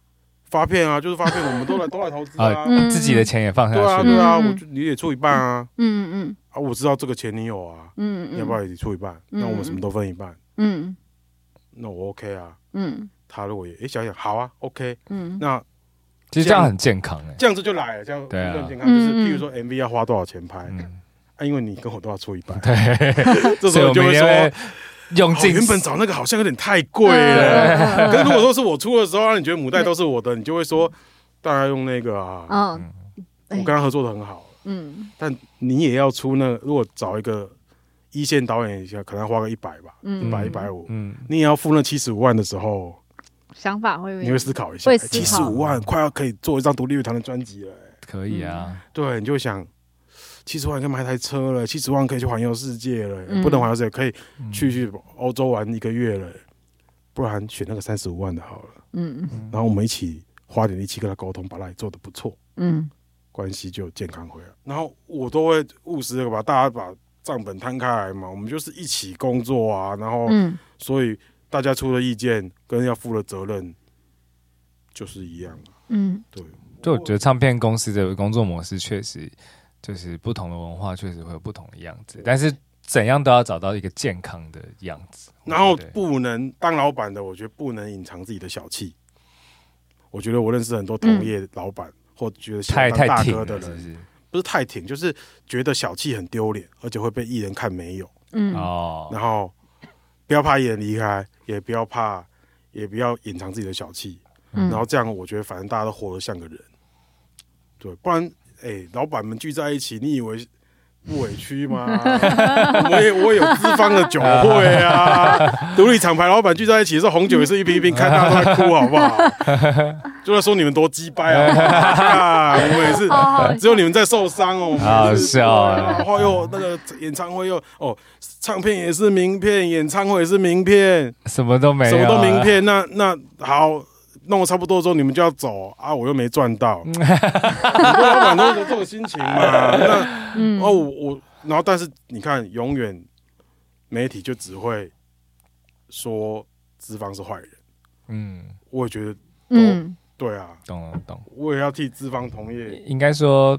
发 片啊？就是发片，我们都来都来投资啊 啊，，嗯自己的钱也放对下啊去，对啊，嗯我就你也出一半啊嗯嗯啊！我知道这个钱你有啊，嗯嗯，你要不要也出一半？那我们什么都分一半，嗯那我 OK 啊。嗯他如果也诶想想好啊，OK，嗯那其实这样很健康哎，这样子就来了，这样对啊更健康。就是嗯嗯譬如说 MV 要花多少钱拍，嗯，啊，因为你跟我都要出一半，对， 这时所以候我你就明天会说，会用哦尽原本找那个好像有点太贵了。嗯可是如果说是我出的时候，啊你觉得母带都是我的，你就会说，大家用那个啊，嗯我跟他合作的很好，嗯但你也要出那，如果找一个一线导演一下，可能要花个一百吧，嗯，一百一嗯百五，嗯，你也要付那七十五万的时候，想法会不你会会思考一下，哎会思七十考五万快要可以做一张独立乐团的专辑了、欸可以啊，对，你就会想。七十万可以买台车了，七十万可以去环游世界了，嗯不能环游世界，可以嗯去去欧洲玩一个月了，不然选那个三十五万的好了。嗯然后我们一起花点力气跟他沟通，把他也做得不错，嗯关系就健康回来。然后我都会务实的把大家把账本摊开来嘛，我们就是一起工作啊，然后嗯所以大家出的意见跟要负的责任就是一样啊。嗯对，就我觉得唱片公司的工作模式确实就是不同的文化确实会有不同的样子，但是怎样都要找到一个健康的样子。然后我觉得不能当老板的，我觉得不能隐藏自己的小气。我觉得我认识很多同业老板、或觉得喜太嗯太欢当大挺哥了，的是不人，是？不是太挺，就是觉得小气很丢脸，而且会被艺人看没有。嗯哦，然后不要怕艺人离开，也不要怕，也不要隐藏自己的小气。嗯，然后这样，我觉得反正大家都活得像个人，对，不然哎，老板们聚在一起，你以为不委 屈吗？我也我也有资方的酒会 啊，独立厂牌老板聚在一起的时候，红酒也是一瓶一嗯瓶看，大家都在哭，好 不好？就在说你们多鸡掰啊！我们也是，只有你们在受伤哦。我们也是哦好笑啊然后又那个演唱会又哦，唱片也是名片，演唱会也是名片，什么都没有，啊什么都名。片。那那好，弄得差不多之后，你们就要走啊！我又没赚 到，很多老板都是这种心情嘛。那嗯哦，我我，然后但是你看，永远媒体就只会说资方是坏人。嗯，我也觉得嗯，对啊，懂了懂了。我也要替资方同业。应该说，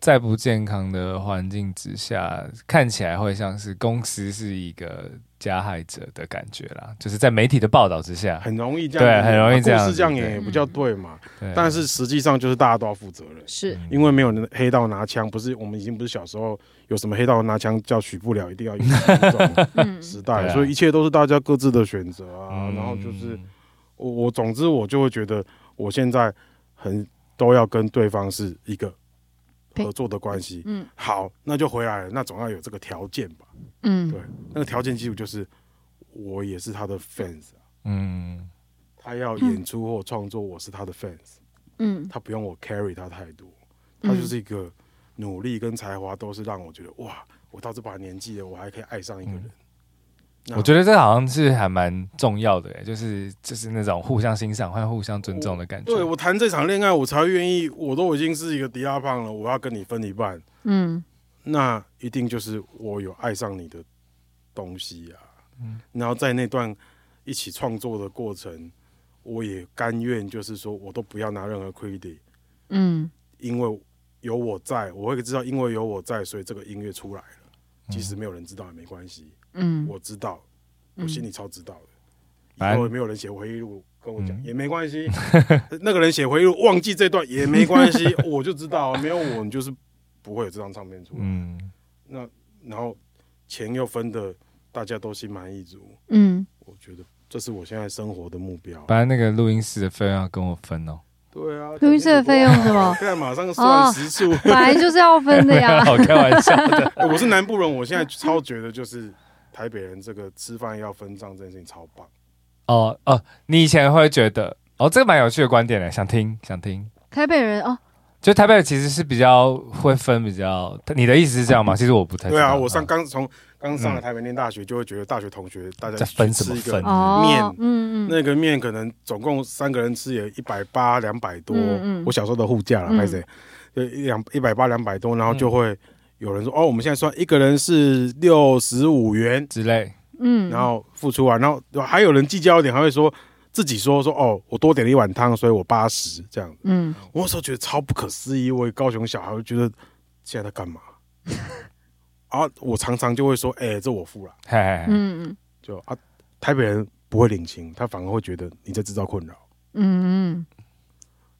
在不健康的环境之下，看起来会像是公司是一个加害者的感觉啦，就是在媒体的报道之下，很容易这样对子，很容易这样子故事这样对也不叫对嘛。对但是实际上就是大家都要负责任。是嗯因为没有人黑道拿枪，不是我们已经不是小时候有什么黑道拿枪叫许不了，一定要有这 种嗯对时代，啊所以一切都是大家各自的选择啊。嗯然后就是我我总之我就会觉得我现在很都要跟对方是一个配合作的关系。嗯好，那就回来了，那总要有这个条件吧？嗯对，那个条件基础就是我也是他的 fans 啊嗯，他要演出或创作，我是他的 fans。嗯他不用我 carry 他太多，他就是一个努力跟才华都是让我觉得哇，我到这把年纪了，我还可以爱上一个人。那我觉得这好像是还蛮重要的、欸，就是就是那种互相欣赏和互相尊重的感觉。对我谈这场恋爱，我才愿意，我都已经是一个迪拉胖了，我要跟你分一半，嗯那一定就是我有爱上你的东西啊。然后在那段一起创作的过程，我也甘愿，就是说我都不要拿任何 credit，嗯因为有我在，我会知道，因为有我在，所以这个音乐出来了。即使没有人知道也没关系，嗯，我知道，我心里超知道反的。以正后也没有人写回忆录跟我讲嗯也没关系， 那个人写回忆录忘记这段也没关系，我就知道啊没有我你就是不会有这张唱片出来。嗯，那然后钱又分的大家都心满意足，嗯我觉得这是我现在生活的目标。啊反正那个录音室的费用要跟我 分哦、。对啊，录音室的费用是哦吗 现在马上算 时数。本来就是要分的呀好开玩笑的，欸我是南部人，我现在超觉得就是台北人这个吃饭要分账这件事情超棒。哦哦，你以前会觉得哦，这个蛮有趣的观点呢，想听想听。台北人哦，就台北其实是比较会分比较，你的意思是这样吗？其实我不太知道对啊，我上嗯刚从刚上了台北念大学，就会觉得大学同学大家在分去吃什么一个分哦面，嗯嗯那个面可能总共三个人吃也一百八两百多嗯嗯，我小时候的物价了，嗯拍谁？就一两一百八两百多，然后就会有嗯人说哦，我们现在算一个人是六十五元，之类，嗯，然后付出啊，然后还有人计较一点，还会说自己说说哦，我多点了一碗汤，所以我八十这样。嗯我那时候觉得超不可思议，我一个高雄小孩我觉得现在在 干嘛？啊，我常常就会说，哎、这我付了，嘿嘿嘿，嗯就啊，台北人不会领情，他反而会觉得你在制造困扰嗯嗯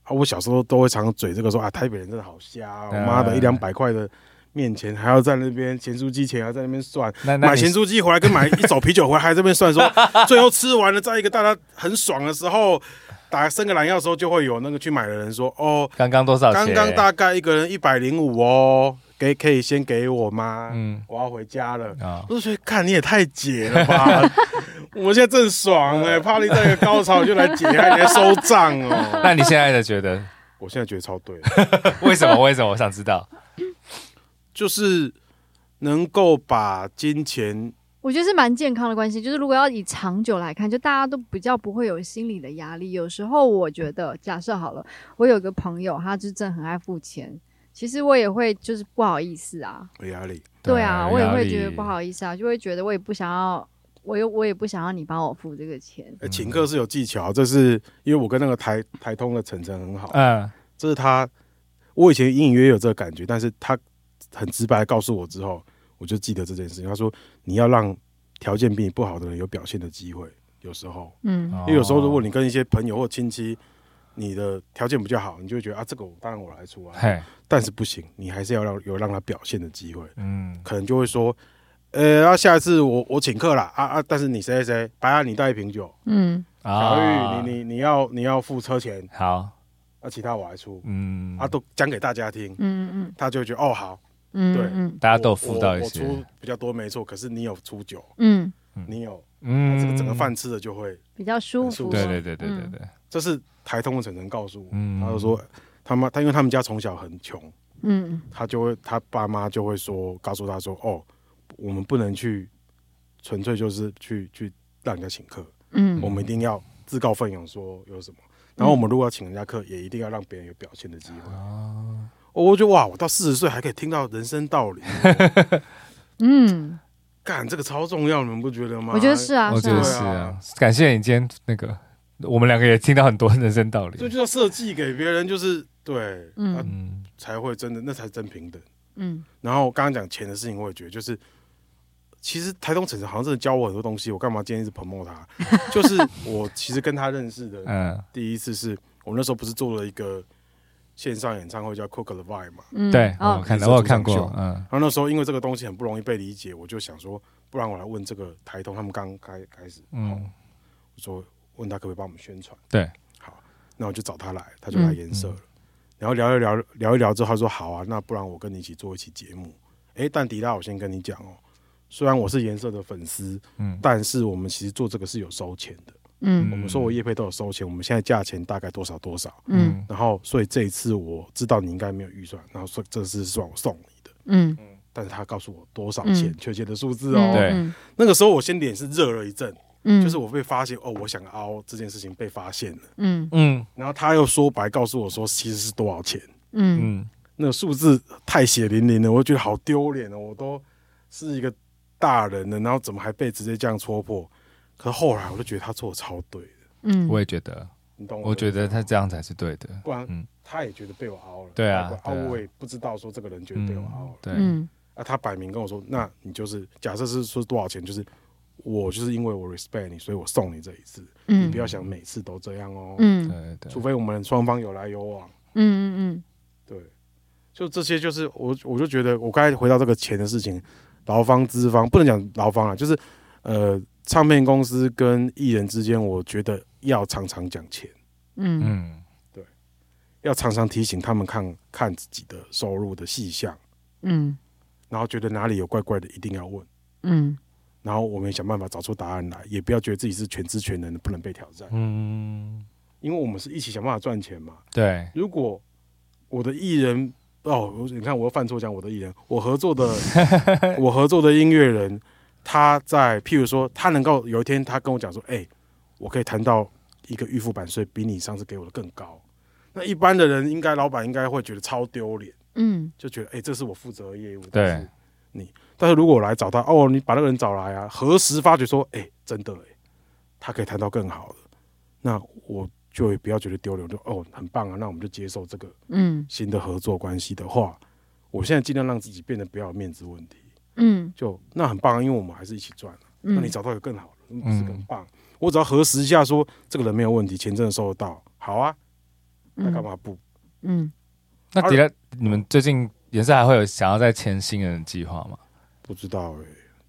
啊。我小时候都会常常嘴这个说啊，台北人真的好瞎、哦，嗯妈的一两百块的面前还要在那边咸酥鸡钱还要在那边算，那那买你咸酥鸡回来跟买一手啤酒回来还在这边算说， 最后吃完了，在一个大家很爽的时候，打伸个懒腰的时候，就会有那个去买的人说，哦，刚刚多少刚钱？刚大概一个人一百零五哦，给可以先给我吗？嗯我要回家了。 啊，我就觉得，看你也太解了吧！我现在正爽哎、怕你在一个高潮就来解，还来收账 哦。那你现在的觉得我现在觉得超对的，为什么？为什么？我想知道。就是能够把金钱，我觉得是蛮健康的关系，就是如果要以长久来看，就大家都比较不会有心理的压力。有时候我觉得，假设好了，我有个朋友，他就真的很爱付钱，其实我也会就是不好意思啊，有压力，对啊，我也压会力觉得不好意思啊，就会觉得我也不想要，我又我也不想要你帮我付这个钱。呃请客是有技巧，这是因为我跟那个台台通的晨晨很好，嗯这是他，我以前隐隐约约有这个感觉，但是他很直白的告诉我之后，我就记得这件事情。他说你要让条件比你不好的人有表现的机会，有时候，嗯哦因为有时候如果你你跟一些朋友或亲戚，你的条件比较好，你就会觉得啊，这个我当然我来出啊，嘿，但是不行，你还是要让有让他表现的机会，嗯可能就会说。呃，那下一次我我请客啦，啊啊！但是你谁谁谁，白啊，你带一瓶酒，嗯小玉、啊你你你要你要付车钱，好，那、其他我来出，啊嗯啊，都讲给大家听，嗯嗯他就会觉得哦好，嗯对嗯大家都有付到一我我些出，比较多没错，可是你有出酒，嗯，你有，那嗯这个整个饭吃的就会，比较舒服。啊对对对对对对，这是台通的晨晨告诉我，嗯他就说他妈他因为他们家从小很穷，嗯，他就会他爸妈就会说告诉他说哦，我们不能去纯粹就是去去让人家请客，嗯我们一定要自告奋勇说有什么。然后我们如果要请人家客，也一定要让别人有表现的机会。哦，我我觉得哇，我到四十岁还可以听到人生道理，嗯，干这个超重要，你们不觉得吗？我觉得是啊，我是觉得啊，是对啊啊，感谢你今天那个，我们两个也听到很多人生道这理，就叫设计给别人，就是对，嗯啊嗯才会真的，那才真平等。嗯然后刚刚讲钱的事情，我也觉得就是，其实台东晨晨好像真的教我很多东西，我干嘛今天一直 promote 他？就是我其实跟他认识的嗯，第一次是我那时候不是做了一个线上演唱会叫 Cook the Vibe 嘛，嗯，对，我哦，看你到是我有主看唱过秀，嗯然后那时候因为这个东西很不容易被理解，我就想说，不然我来问这个台东他们刚开开始，嗯，嗯我说问他可不可以帮我们宣传，对，好，那我就找他来，他就嗯来颜色了，然后聊一聊聊一聊之后，他说好啊，那不然我跟你一起做一期节目，诶，但迪拉，我先跟你讲哦，虽然我是颜色的粉丝，嗯，但是我们其实做这个是有收钱的，嗯我们说我叶配都有收钱，我们现在价钱大概多少多少，嗯嗯然后所以这一次我知道你应该没有预算，然后说这次算我送你的，嗯，但是他告诉我多少钱，嗯确切的数字哦。对嗯，那个时候我先脸是热了一阵，嗯就是我被发现哦，我想凹这件事情被发现了，嗯嗯然后他又说白告诉我说其实是多少钱，嗯嗯那个数字太血淋淋了，我觉得好丢脸哦，我都是一个大人了，然后怎么还被直接这样戳破？可是后来我就觉得他做的超对的，嗯，我也觉得，你懂我觉得他这样才是对的，不然嗯他也觉得被我凹了，对啊凹对啊我也不知道说这个人觉得被我凹了嗯，。对，嗯啊，他摆明跟我说，那你就是假设是说多少钱，就是我就是因为我 respect 你，所以我送你这一次，你嗯不要想每次都这样哦，嗯嗯对对除，非我们双方有来有往，嗯对，就这些就是我我就觉得我刚才回到这个钱的事情，劳方资方不能讲劳方啊，就是呃唱片公司跟艺人之间，我觉得要常常讲钱，嗯嗯嗯要常常提醒他们看看自己的收入的细项，嗯然后觉得哪里有怪怪的一定要问。嗯然后我们也想办法找出答案来，也不要觉得自己是全知全能的，不能被挑战，嗯，因为我们是一起想办法赚钱嘛。对，如果我的艺人哦，我你看我又犯错讲我的艺人，我合作的我合作的音乐人，他在譬如说他能够有一天他跟我讲说，哎、我可以谈到一个预付版税比你上次给我的更高，那一般的人应该老板应该会觉得超丢脸。嗯就觉得哎、欸这是我负责的业务，对但是你。但是如果我来找他，哦，你把那个人找来啊，何时发觉说，哎、真的哎、他可以谈到更好的，那我就也不要觉得丢脸，我就哦，很棒啊，那我们就接受这个嗯新的合作关系的话，我现在尽量让自己变得不要有面子问题，嗯就那很棒、啊，因为我们还是一起赚啊、嗯，那你找到一个更好的，那不是更棒？我只要核实一下说，这个人没有问题，钱真的收得到，好啊，那干嘛不？嗯？那迪拉，你们最近颜色还会有想要再签新人的计划吗？不知道哎、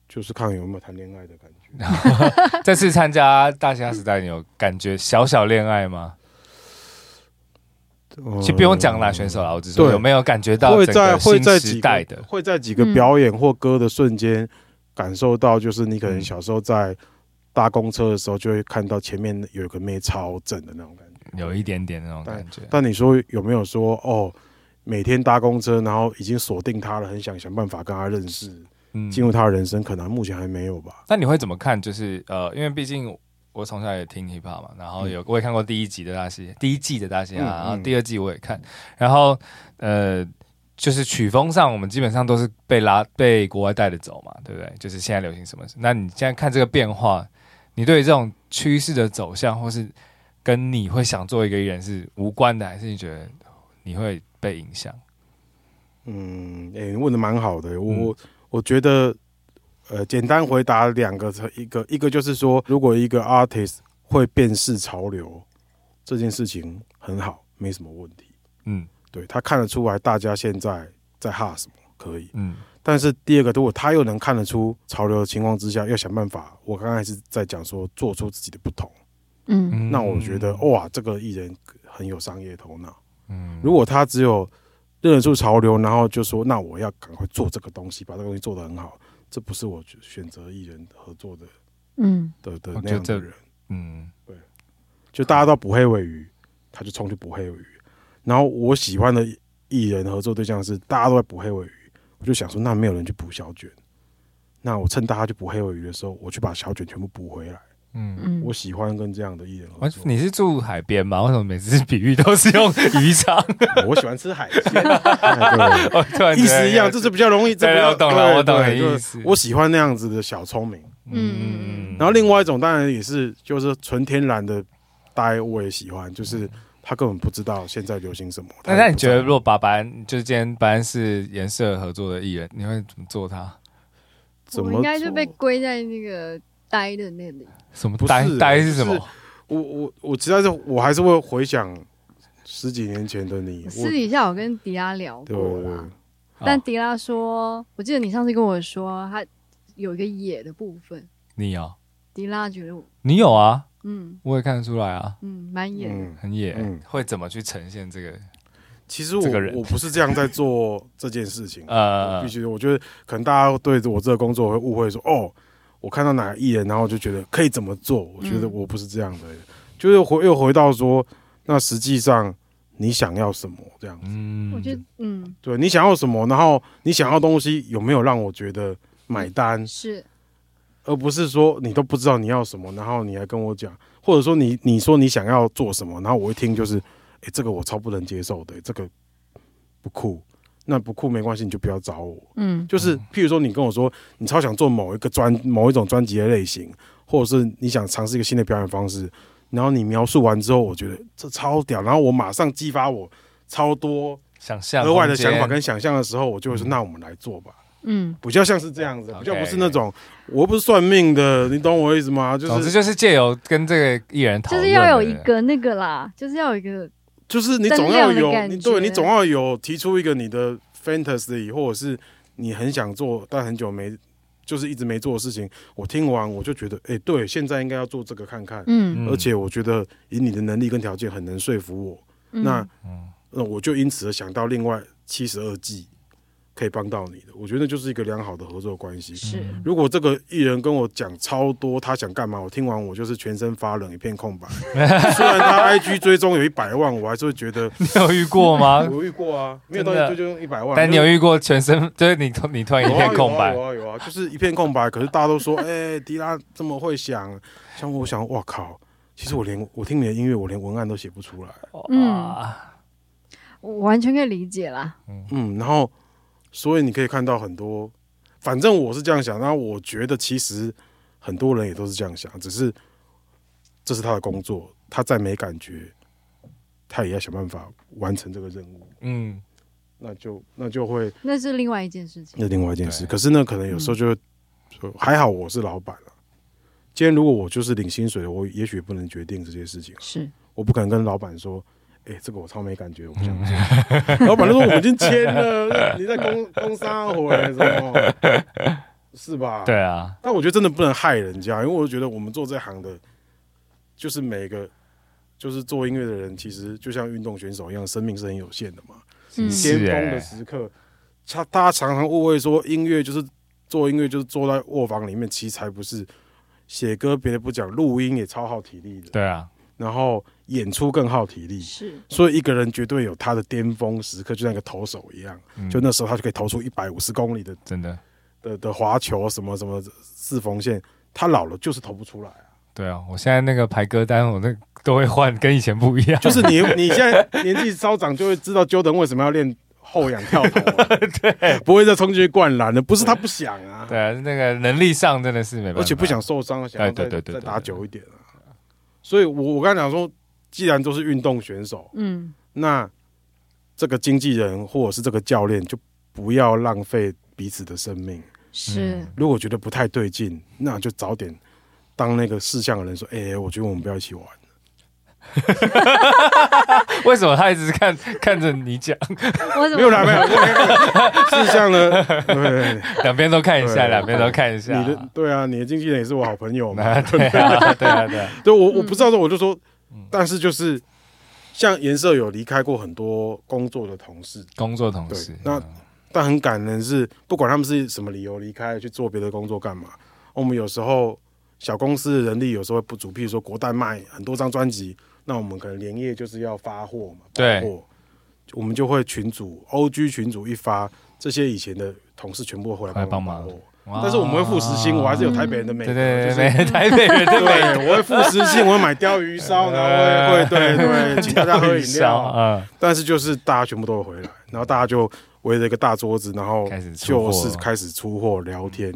就是看有没有谈恋爱的感 觉。这次参加大虾时代，你有感觉小小恋爱吗？其实不用讲啦，选手啦，我只说嗯对有没有感觉到会整在个会新在时几代个的？会在几个表演或歌的瞬间感受到，就是你可能嗯小时候在搭公车的时候，就会看到前面有一个妹超正的那种感觉。有一点点那种感觉，但你说有没有说哦，每天搭公车，然后已经锁定她了，很想想办法跟她认识，嗯进入她的人生，可能目前还没有吧。那你会怎么看？就是呃，因为毕竟我从小也听 hip hop 嘛，然后有我也看过第一集的大戏，第一季的大戏啊，嗯嗯嗯然后第二季我也看，然后呃，就是曲风上我们基本上都是被拉被国外带着走嘛，对不对？就是现在流行什么？那你现在看这个变化，你对于这种趋势的走向，或是跟你会想做一个艺人是无关的，还是你觉得你会被影响？嗯，哎、你问的蛮好的，我、嗯我我觉得，呃，简单回答两个，一个一个就是说，如果一个 artist 会辨识潮流，这件事情很好，没什么问题。嗯对他看得出来大家现在在哈什么，可以。嗯但是第二个，如果他又能看得出潮流的情况之下，要想办法。我刚才是在讲说做出自己的不同，嗯嗯那我觉得哇，这个艺人很有商业头脑。嗯如果他只有热得出潮流，然后就说那我要赶快做这个东西，把这个东西做得很好。这不是我选择艺人合作的嗯，的的我觉得那样哦的这人，嗯，就大家都捕黑尾鱼，他就冲去捕黑尾鱼。然后我喜欢的艺人合作对象是大家都在捕黑尾鱼，我就想说，那没有人去捕小卷，那我趁大家去捕黑尾鱼的时候，我去把小卷全部捕回来。嗯，嗯我喜欢跟这样的艺人合我作。哦你是住海边吗？为什么每次比喻都是用渔场？ 我喜欢吃海鲜，哎对我突 然觉得意思一样，这是比较容易。这对比较我懂了对我懂了对就是意思我喜欢那样子的小聪明。嗯然后另外一种当然也是，就是纯天然的呆，我也喜欢，就是他根本不知道现在流行什么。那他嗯那也你不觉知道得，如果把白就是今天白安是颜色合作的艺人，你会怎么做他？怎我么应该就被做归在那个呆的那里。什么不是呆啊呆是什么就？我我我实在是我还是会回想十几年前的你，私我底下我跟迪拉聊对过啦，但迪拉说，我记得你上次跟我说，他有一个野的部分，你有，迪拉觉得我，你有啊，嗯我也看得出来啊，嗯，蛮野的。嗯，很野欸嗯，会怎么去呈现这个？其实我这个人我不是这样在做这件事情，我呃必，须，我觉得可能大家对我这个工作会误会说，哦，我看到哪个艺人，然后就觉得可以怎么做。我觉得嗯我不是这样的，就是回又回到说，那实际上你想要什么这样子？嗯我觉得，嗯，对你想要什么，然后你想要东西有没有让我觉得买单，是而不是说你都不知道你要什么，然后你还跟我讲，或者说你你说你想要做什么，然后我一听就是，哎、这个我超不能接受的、这个不酷。那不酷没关系，你就不要找我。嗯就是譬如说，你跟我说你超想做某一个专某一种专辑的类型，或者是你想尝试一个新的表演方式，然后你描述完之后，我觉得这超屌，然后我马上激发我超多想象额外的空间想法跟想象的时候，我就会说嗯那我们来做吧，嗯比较像是这样子， OK 比较不是那种我又不是算命的，你懂我意思吗？就总之是就是借由跟这个艺人讨就论，是要有一个那个啦，就是要有一个就是你总要增量的有感你觉对你总要有提出一个你的 fantasy，或者是你很想做但很久没就是一直没做的事情，我听完我就觉得，哎、对，现在应该要做这个看看。嗯，嗯，而且我觉得以你的能力跟条件很能说服我，嗯那嗯那我就因此而想到另外七十二计可以帮到你的，我觉得就是一个良好的合作关系。是嗯如果这个艺人跟我讲超多他想干嘛，我听完我就是全身发冷，一片 空白。虽然他 IG 追踪有一百万，我还是会觉得 你有遇过吗？ 我遇过啊，没有嗯真到的追踪一百万，但你有就是遇过全身，就是你突你突然一片空白有，啊有啊有啊，就是一片空白。可是大家都说，哎，迪拉这么会想，像我想，哇靠，其实我连我听你的音乐，我连文案都写不出来。哇，我完全可以理解啦。嗯，然后所以你可以看到很多，反正我是这样想，然后我觉得其实很多人也都是这样想，只是这是他的工作，他再没感觉，他也要想办法完成这个任务，嗯，那就那就会嗯那是另外一件事情。那另外一件事。对可是呢，可能有时候就会说还好我是老板了、今天如果我就是领薪水的，我也许不能决定这些事情。是，我不敢跟老板说，哎、这个我超没感觉，我不想 做。老板就说我们已经签了，你在工工商回什么？ 是吧？。对啊，但我觉得真的不能害人家，因为我觉得我们做这行的，就是每个就是做音乐的人，其实就像运动选手一样，生命是很有限的嘛。嗯巅是峰的哎，时刻，他大家常常误会说音乐就是做音乐就是坐在卧房里面，其实才不是。写歌别的不讲，录音也超耗体力的。对啊，然后演出更耗体力，是，所以一个人绝对有他的巅峰时刻，就像一个投手一样，嗯就那时候他就可以投出一百五十公里的真的，的的滑球，什么什么四缝线，他老了就是投不出来 啊。对啊，我现在那个排歌单，我那都会换，跟以前不一样，就是你你现在年纪稍长，就会知道 Jordan 为什么要练后仰跳投、啊， 对，不会再冲进去灌篮了，不是他不想啊， 对啊，那个能力上真的是没办法，而且不想受伤，想要对再对对对再对打对久一点啊。所以我我刚才讲说，既然都是运动选手，嗯那这个经纪人或者是这个教练就不要浪费彼此的生命。是，如果觉得不太对劲，那就早点当那个事项的人说：“哎、我觉得我们不要一起玩。为什么他一直看 看着你 讲，嗯我”怎啊没有啦，么没有事项呢？对对对两边都看一下，对啊两边都看一下，你 的对啊，你的经纪人也是我好嗯朋友嘛。啊对啊，对啊，对啊，对我我不知道的，我就说，但是就是像颜色有离开过很多工作的同事，工作同事对，那嗯但很感人是，不管他们是什么理由离开，去做别的工作干嘛，我们有时候小公司的人力有时候会不足，譬如说国代卖很多张专辑，那我们可能连夜就是要发货嘛，对发货，我们就会群主 OG 群主一发，这些以前的同事全部回来回来帮帮忙忙发货。哇哦但是我们会付时薪，我还是有台北人的美对德，对对就是对，台北人 的美对，我会付时薪，我会买鲷鱼烧，然后会会对对， 请大 家喝饮料，嗯，但是就是大家全部都会回来，然后大家就围着一个大桌子，然后开始出就货是开始出货聊天。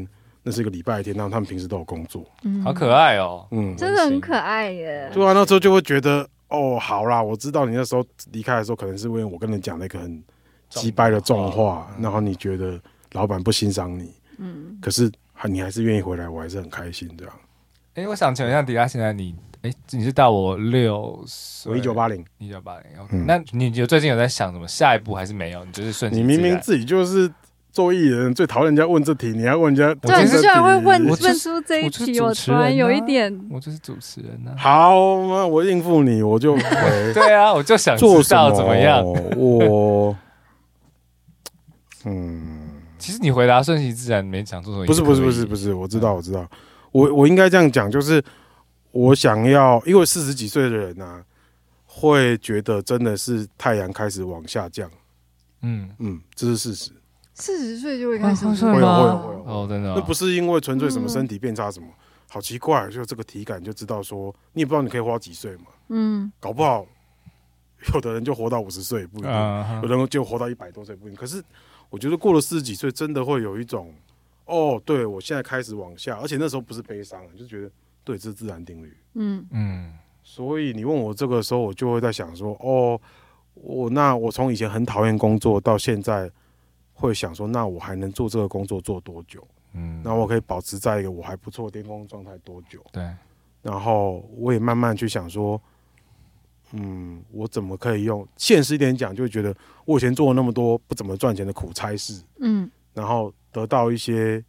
那是一个礼拜天，然后他们平时都有工作，好可爱哦，嗯，真的很可爱耶。对啊，那时候就会觉得，哦，好啦，我知道你那时候离开的时候，可能是因为我跟你讲了一个很击败的重话，然后你觉得老板不欣赏你，嗯，可是还你还是愿意回来，我还是很开心这样。哎，我想请问一下迪拉，现在你，哎，你是大我六岁，我一九八零，一九八零，OK，嗯那你有最近有在想什么下一步还是没有？你就是顺其你明自明然自己就是做艺人，最讨厌人家问这题，你还问人家，我对，真你是居然会问我就是问出这一我就是题，主我持突人然有一啊点我就是主持人 呢。好嘛，我应付你， 我就回对啊，我就想做知什道怎么样。我嗯，其实你回答顺其自然，没想做什么也不可以。嗯是不是不是不是，我知道我知道，我我应该这样讲，就是我想要，因为四十几岁的人啊，会觉得真的是太阳开始往下降，嗯，嗯，这是事实，四十岁就会开始啊会这样会有吗会有会有，哦，真的哦，那不是因为纯粹什么嗯身体变差什么，好奇怪，就这个体感就知道说，你也不知道你可以活到几岁嘛，嗯，搞不好有的人就活到五十岁也不一定，啊有的人就活到一百多岁不一定。可是我觉得过了四十几岁，真的会有一种，哦，对我现在开始往下，而且那时候不是悲伤，就觉得对，这是自然定律。嗯，嗯，所以你问我这个时候，我就会在想说，哦，我那我从以前很讨厌工作到现在，会想说，那我还能做这个工作做多久？嗯，那我可以保持在一个我还不错的巅峰状态多久？对，然后我也慢慢去想说，嗯，我怎么可以用现实一点讲，就会觉得我以前做了那么多不怎么赚钱的苦差事，嗯，然后得到一些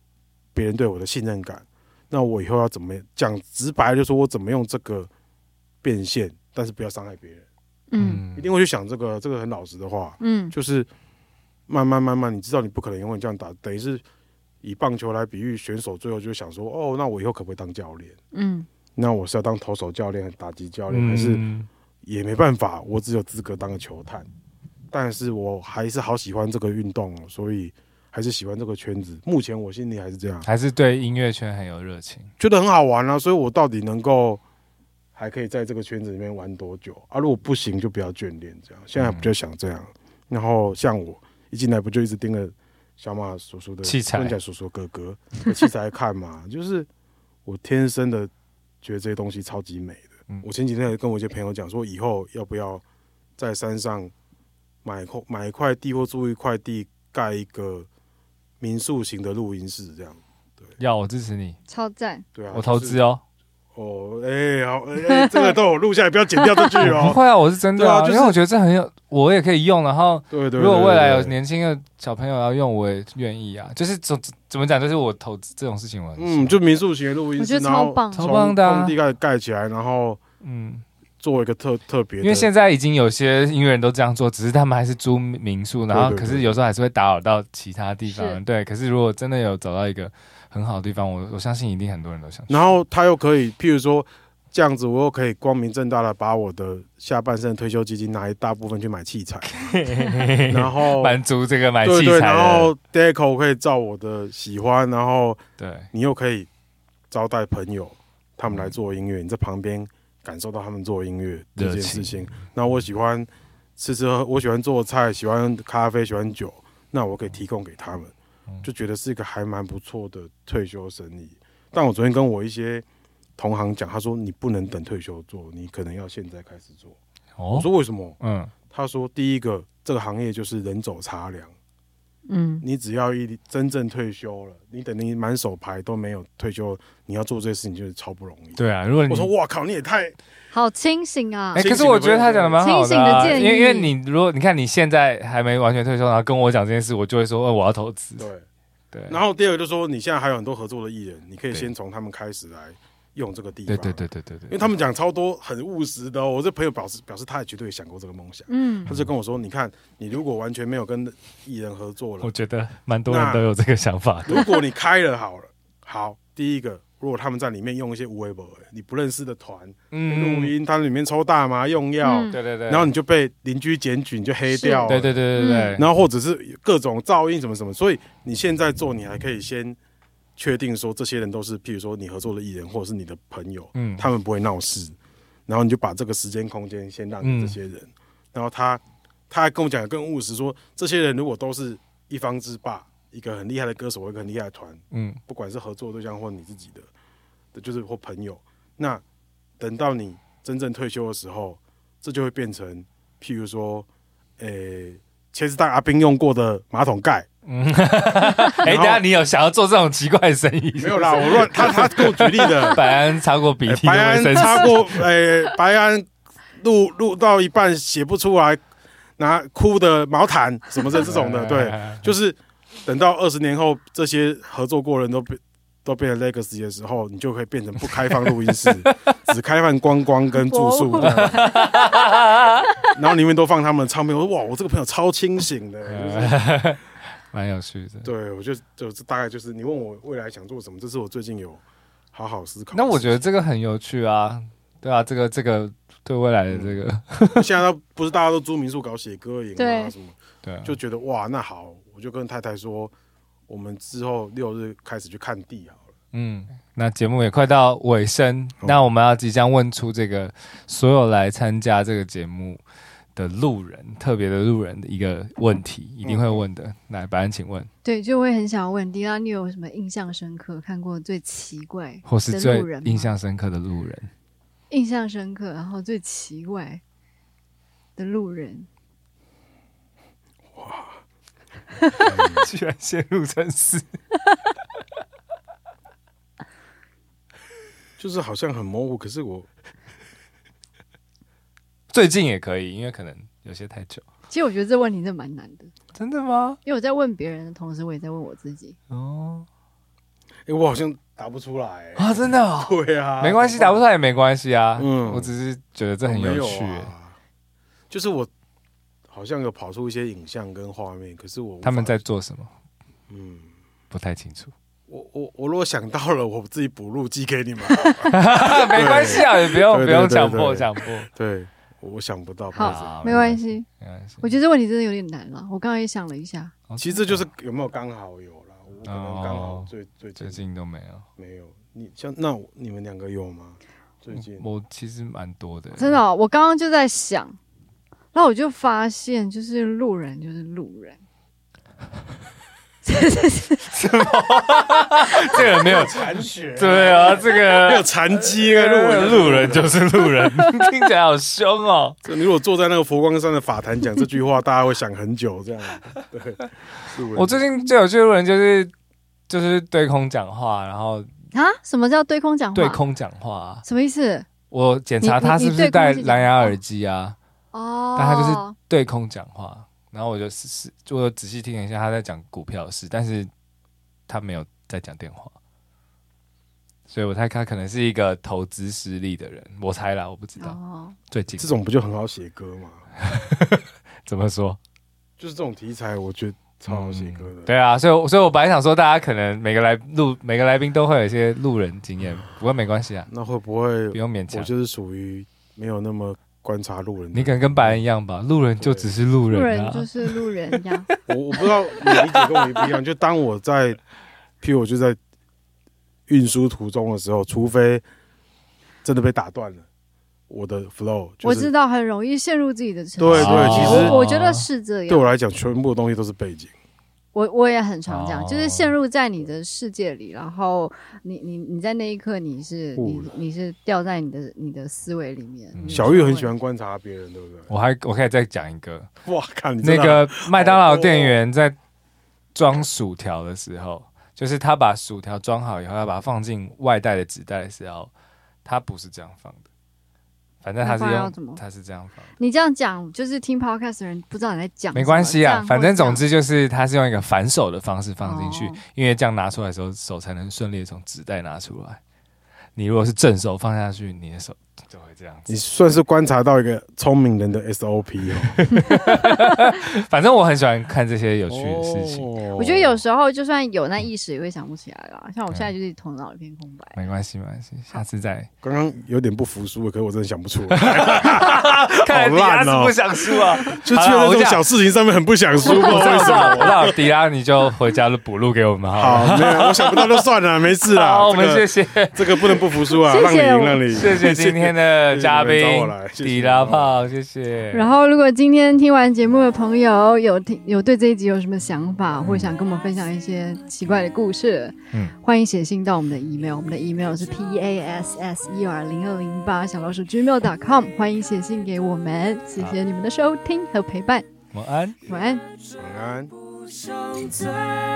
别人对我的信任感，那我以后要怎么讲直白，就说我怎么用这个变现，但是不要伤害别人，嗯，一定会去想这个，这个很老实的话，嗯，就是慢慢慢慢，你知道你不可能永远这样打，等于是以棒球来比喻，选手最后就想说，哦，那我以后可不可以当教练？嗯，那我是要当投手教练、打击教练，嗯还是也没办法，我只有资格当个球探。但是我还是好喜欢这个运动哦，所以还是喜欢这个圈子。目前我心里还是这样，还是对音乐圈很有热情。觉得很好玩啊。所以我到底能够还可以在这个圈子里面玩多久啊？如果不行，就不要眷恋这样。现在比较想这样。然后像我一进来不就一直盯着小马叔叔的器材 不能讲叔叔哥哥的器材看嘛，就是我天生的觉得这些东西超级美的。嗯我前几天也跟我一些朋友讲说，以后要不要在山上买块买一块地或租一块地盖一个民宿型的录音室这样。要我支持你，超赞。对啊，我投就是资哦。哦，哎、好，哎、这个都有录下来，不要剪掉这句不 哦。会啊，我是真的对啊啊，就因是为我觉得这很有，我也可以用。然后对对对如果未来有对对年轻的小朋友要用，我也愿意啊。就是怎怎么讲，就是我投资这种事情，我很喜欢嗯，就民宿型的录音我觉室，得超棒然后超棒的啊从地盖盖起来，然后嗯，做一个特特别的，因为现在已经有些音乐人都这样做，只是他们还是租民宿，然后对对可对是有时候还是会打扰到其他地方是人。对，可是如果真的有找到一个很好的地方，我我相信一定很多人都想去。然后他又可以，譬如说这样子，我又可以光明正大的把我的下半生的退休基金拿一大部分去买器 材，然后满足这个买器材对对，的，然后 Deco 可以照我的喜欢，然后对你又可以招待朋友，他们来做音乐，你在旁边感受到他们做音乐这件事情。那我喜欢吃吃喝，我喜欢做菜，喜欢咖啡，喜欢酒，那我可以提供给他们，嗯就觉得是一个还蛮不错的退休生意。但我昨天跟我一些同行讲，他说你不能等退休做，你可能要现在开始做。我哦，说为什么？嗯，他说第一个，这个行业就是人走茶凉。嗯你只要一真正退休了，你等你满手牌都没有退休，你要做这些事情就是超不容易。，对啊，如果你我说哇靠，你也太好清醒啊哎、！清可是醒的我觉得朋他友讲的蛮好清的,、醒啊的建议因为因为你如果你看你现在还没完全退休，然后跟我讲这件事，我就会说，哦，我要投资。对。对，然后第二个就说，你现在还有很多合作的艺人，你可以对先从他们开始来用这个地对方。对对对对对，因为他们讲超多很务实的、哦，我这朋友表示表示他也绝对想过这个梦想，嗯他就跟我说：“你看，你如果完全没有跟艺人合作我了，觉得蛮多人都有这个想法的。 如果你开了好了，好，第一个，如果他们在里面用一些无为博你不认识的团嗯录音，他里面抽大麻用药，嗯对对对，嗯然后你就被邻居检举，你就黑掉了，对对对对对，然后或者是各种噪音什么什么，所以你现在做，你还可以先确定说这些人都是，譬如说你合作的艺人或者是你的朋友，嗯他们不会闹事，然后你就把这个时间空间先让给这些人，然后他他还跟我讲得更务实说，这些人如果都是一方之霸，一个很厉害的歌手，或一个很厉害的团，嗯不管是合作对象或你自己的，的就是或朋友，那等到你真正退休的时候，这就会变成，譬如说，呃、茄子蛋阿兵用过的马桶盖，嗯，哎，等一然后下你有想要做这种奇怪的生意？，没有啦，我乱，他他给我举例的 白安擦过鼻呃涕都白会安生气，擦过，呃、白安录录到一半写不出来，拿哭的毛毯什么的这种的，对，就是等到二十年后，这些合作过的人都变都变成 legacy 的时候，你就可以变成不开放录 音室，只开放观光跟住宿博物这样。然后里面都放他们的唱片。我说哇，我这个朋友超清醒的，哎就是对， 蛮有趣的。对我就就这大概就是你问我未来想做什么，这是我最近有好好思考的事情。那我觉得这个很有趣啊，对啊，这个这个对未来的这个，现在都不是大家都租民宿搞写歌营啊对什么，对啊，就觉得哇，那好，我就跟太太说，我们之后六日开始去看地好了。嗯，那节目也快到尾声，那我们要即将问出这个所有来参加这个节目的路人，特别的路人的一个问题，一定会问的。来，白安，请问，对，就会很想问迪拉，你有什么印象深刻看过最奇怪或是的最路人吗印象深刻的路人？印象深刻，然后最奇怪的路人？居然陷入沉思。就是好像很模糊，可是我最近也可以，因为可能有些太久。其实我觉得这问题真的蛮难的，真的吗？因为我在问别人的同时，我也在问我自己。哦，哎、我好像答不出来、啊，真的哦，对啊，没关系，打不出来也没关系啊。嗯我只是觉得这很没有趣。啊。就是我好像有跑出一些影像跟画面，可是我无法他们在做什么？嗯，不太清 楚，我我我如果想到了，我自己补录寄给 你们。没关系啊，也不用对不对用对强对迫对强迫，对，我想不到。好不好意思没关，系，没关系。我觉得这问题真的有点难了。我刚刚也想了一下，哦其实这就是有没有刚好有啦，我可能刚好哦最最最近近都没有。没有。你像那我你们两个有吗？最近我其实蛮多的，真的哦、我刚刚就在想，然后我就发现，就是路人就是路人，这个人没有。残血对啊，这没有个 残 疾啊，路人路人就是路人，听起来好凶哦。这你如果坐在那个佛光山的法坛讲这句话，大家会想很久这 样。对，路人 我最近最有趣的路人就是就是对空讲话，然后啊？什么叫对空讲话？对空讲话啊。什么意思？我检查你你他是不你对是空戴是蓝牙讲话耳机啊。哦，但他就是对空讲话，然后我就是是，我仔细听了一下他在讲股票的事，但是他没有在讲电话，所以我猜他可能是一个投资失利的人，我猜啦，我不知道、哦，最近这种不就很好写歌吗？怎么说，就是这种题材，我觉得超好写歌的。嗯对啊，所以我所以我本来想说，大家可能每个来路每个来宾都会有一些路人经验，不过没关系啊，那会不会不用勉我强。就是属于没有那么观察路人的？你可能跟白人一样吧，路人就只是路路人人啊，就是路人 一样。我我不知道你理解跟我不一样。就当我在，譬如我就在运输途中的时候，除非真的被打断了，我的 flow 就我知是道很容易陷入自己的沉对思对其实我我觉得是这对样。我来讲，全部的东西都是背景。我我也很常这样，哦就是陷入在你的世界里，然后你你你在那一刻你是你悟了你是掉在你的你的思维里面哦嗯。你小玉是很会喜欢观察别人，对不对？我还我可以再讲一个，哇，看你真那的个麦当劳店员在装薯条的时候，就是他把薯条装好以后，要把它放进外带的纸袋的时候，他不是这样放的。反正他是那不然要怎么用，他是这样放的，你这样讲，就是听 podcast 的人不知道你在讲什么。没关系这样啊。会反正总这样之就是，他是用一个反手的方式放进去哦，因为这样拿出来的时候，手才能顺利地从纸袋拿出来。你如果是正手放下去，你的手就会这样你子。算是观察到一个聪明人的 SOP 哦，反正我很喜欢看这些有趣的事情，哦我觉得有时候就算有那意识，也会想不起来啦。像我嗯现在就是头脑一片空白。没关系，没关系，下次再。刚刚有点不服输，可是我真的想不出 来，看来迪拉是不想输啊，哦就居然好在啦这我种讲小事情上面很不想输，不知 道我知道，为我什知道，我知么。道，迪拉你就回家就补录给我们好了。啊好，没有，我想不到就算 了，没事啦。好，我这们个谢谢。这个不能不服输啊，谢谢让你赢，让你赢。谢谢今天的嘉谢谢你们宾找我来谢谢迪拉炮，谢谢。然后，如果今天听完节目的朋友有听有对这一集有什么想法，或者想跟我们分享一些奇怪的故事，嗯欢迎写信到我们的 email，我们的 email 是 p a s s e r 零二零八小老鼠 gmail.com，欢迎写信给我们，谢谢你们的收听和陪伴，晚安。晚安。晚安。不想再。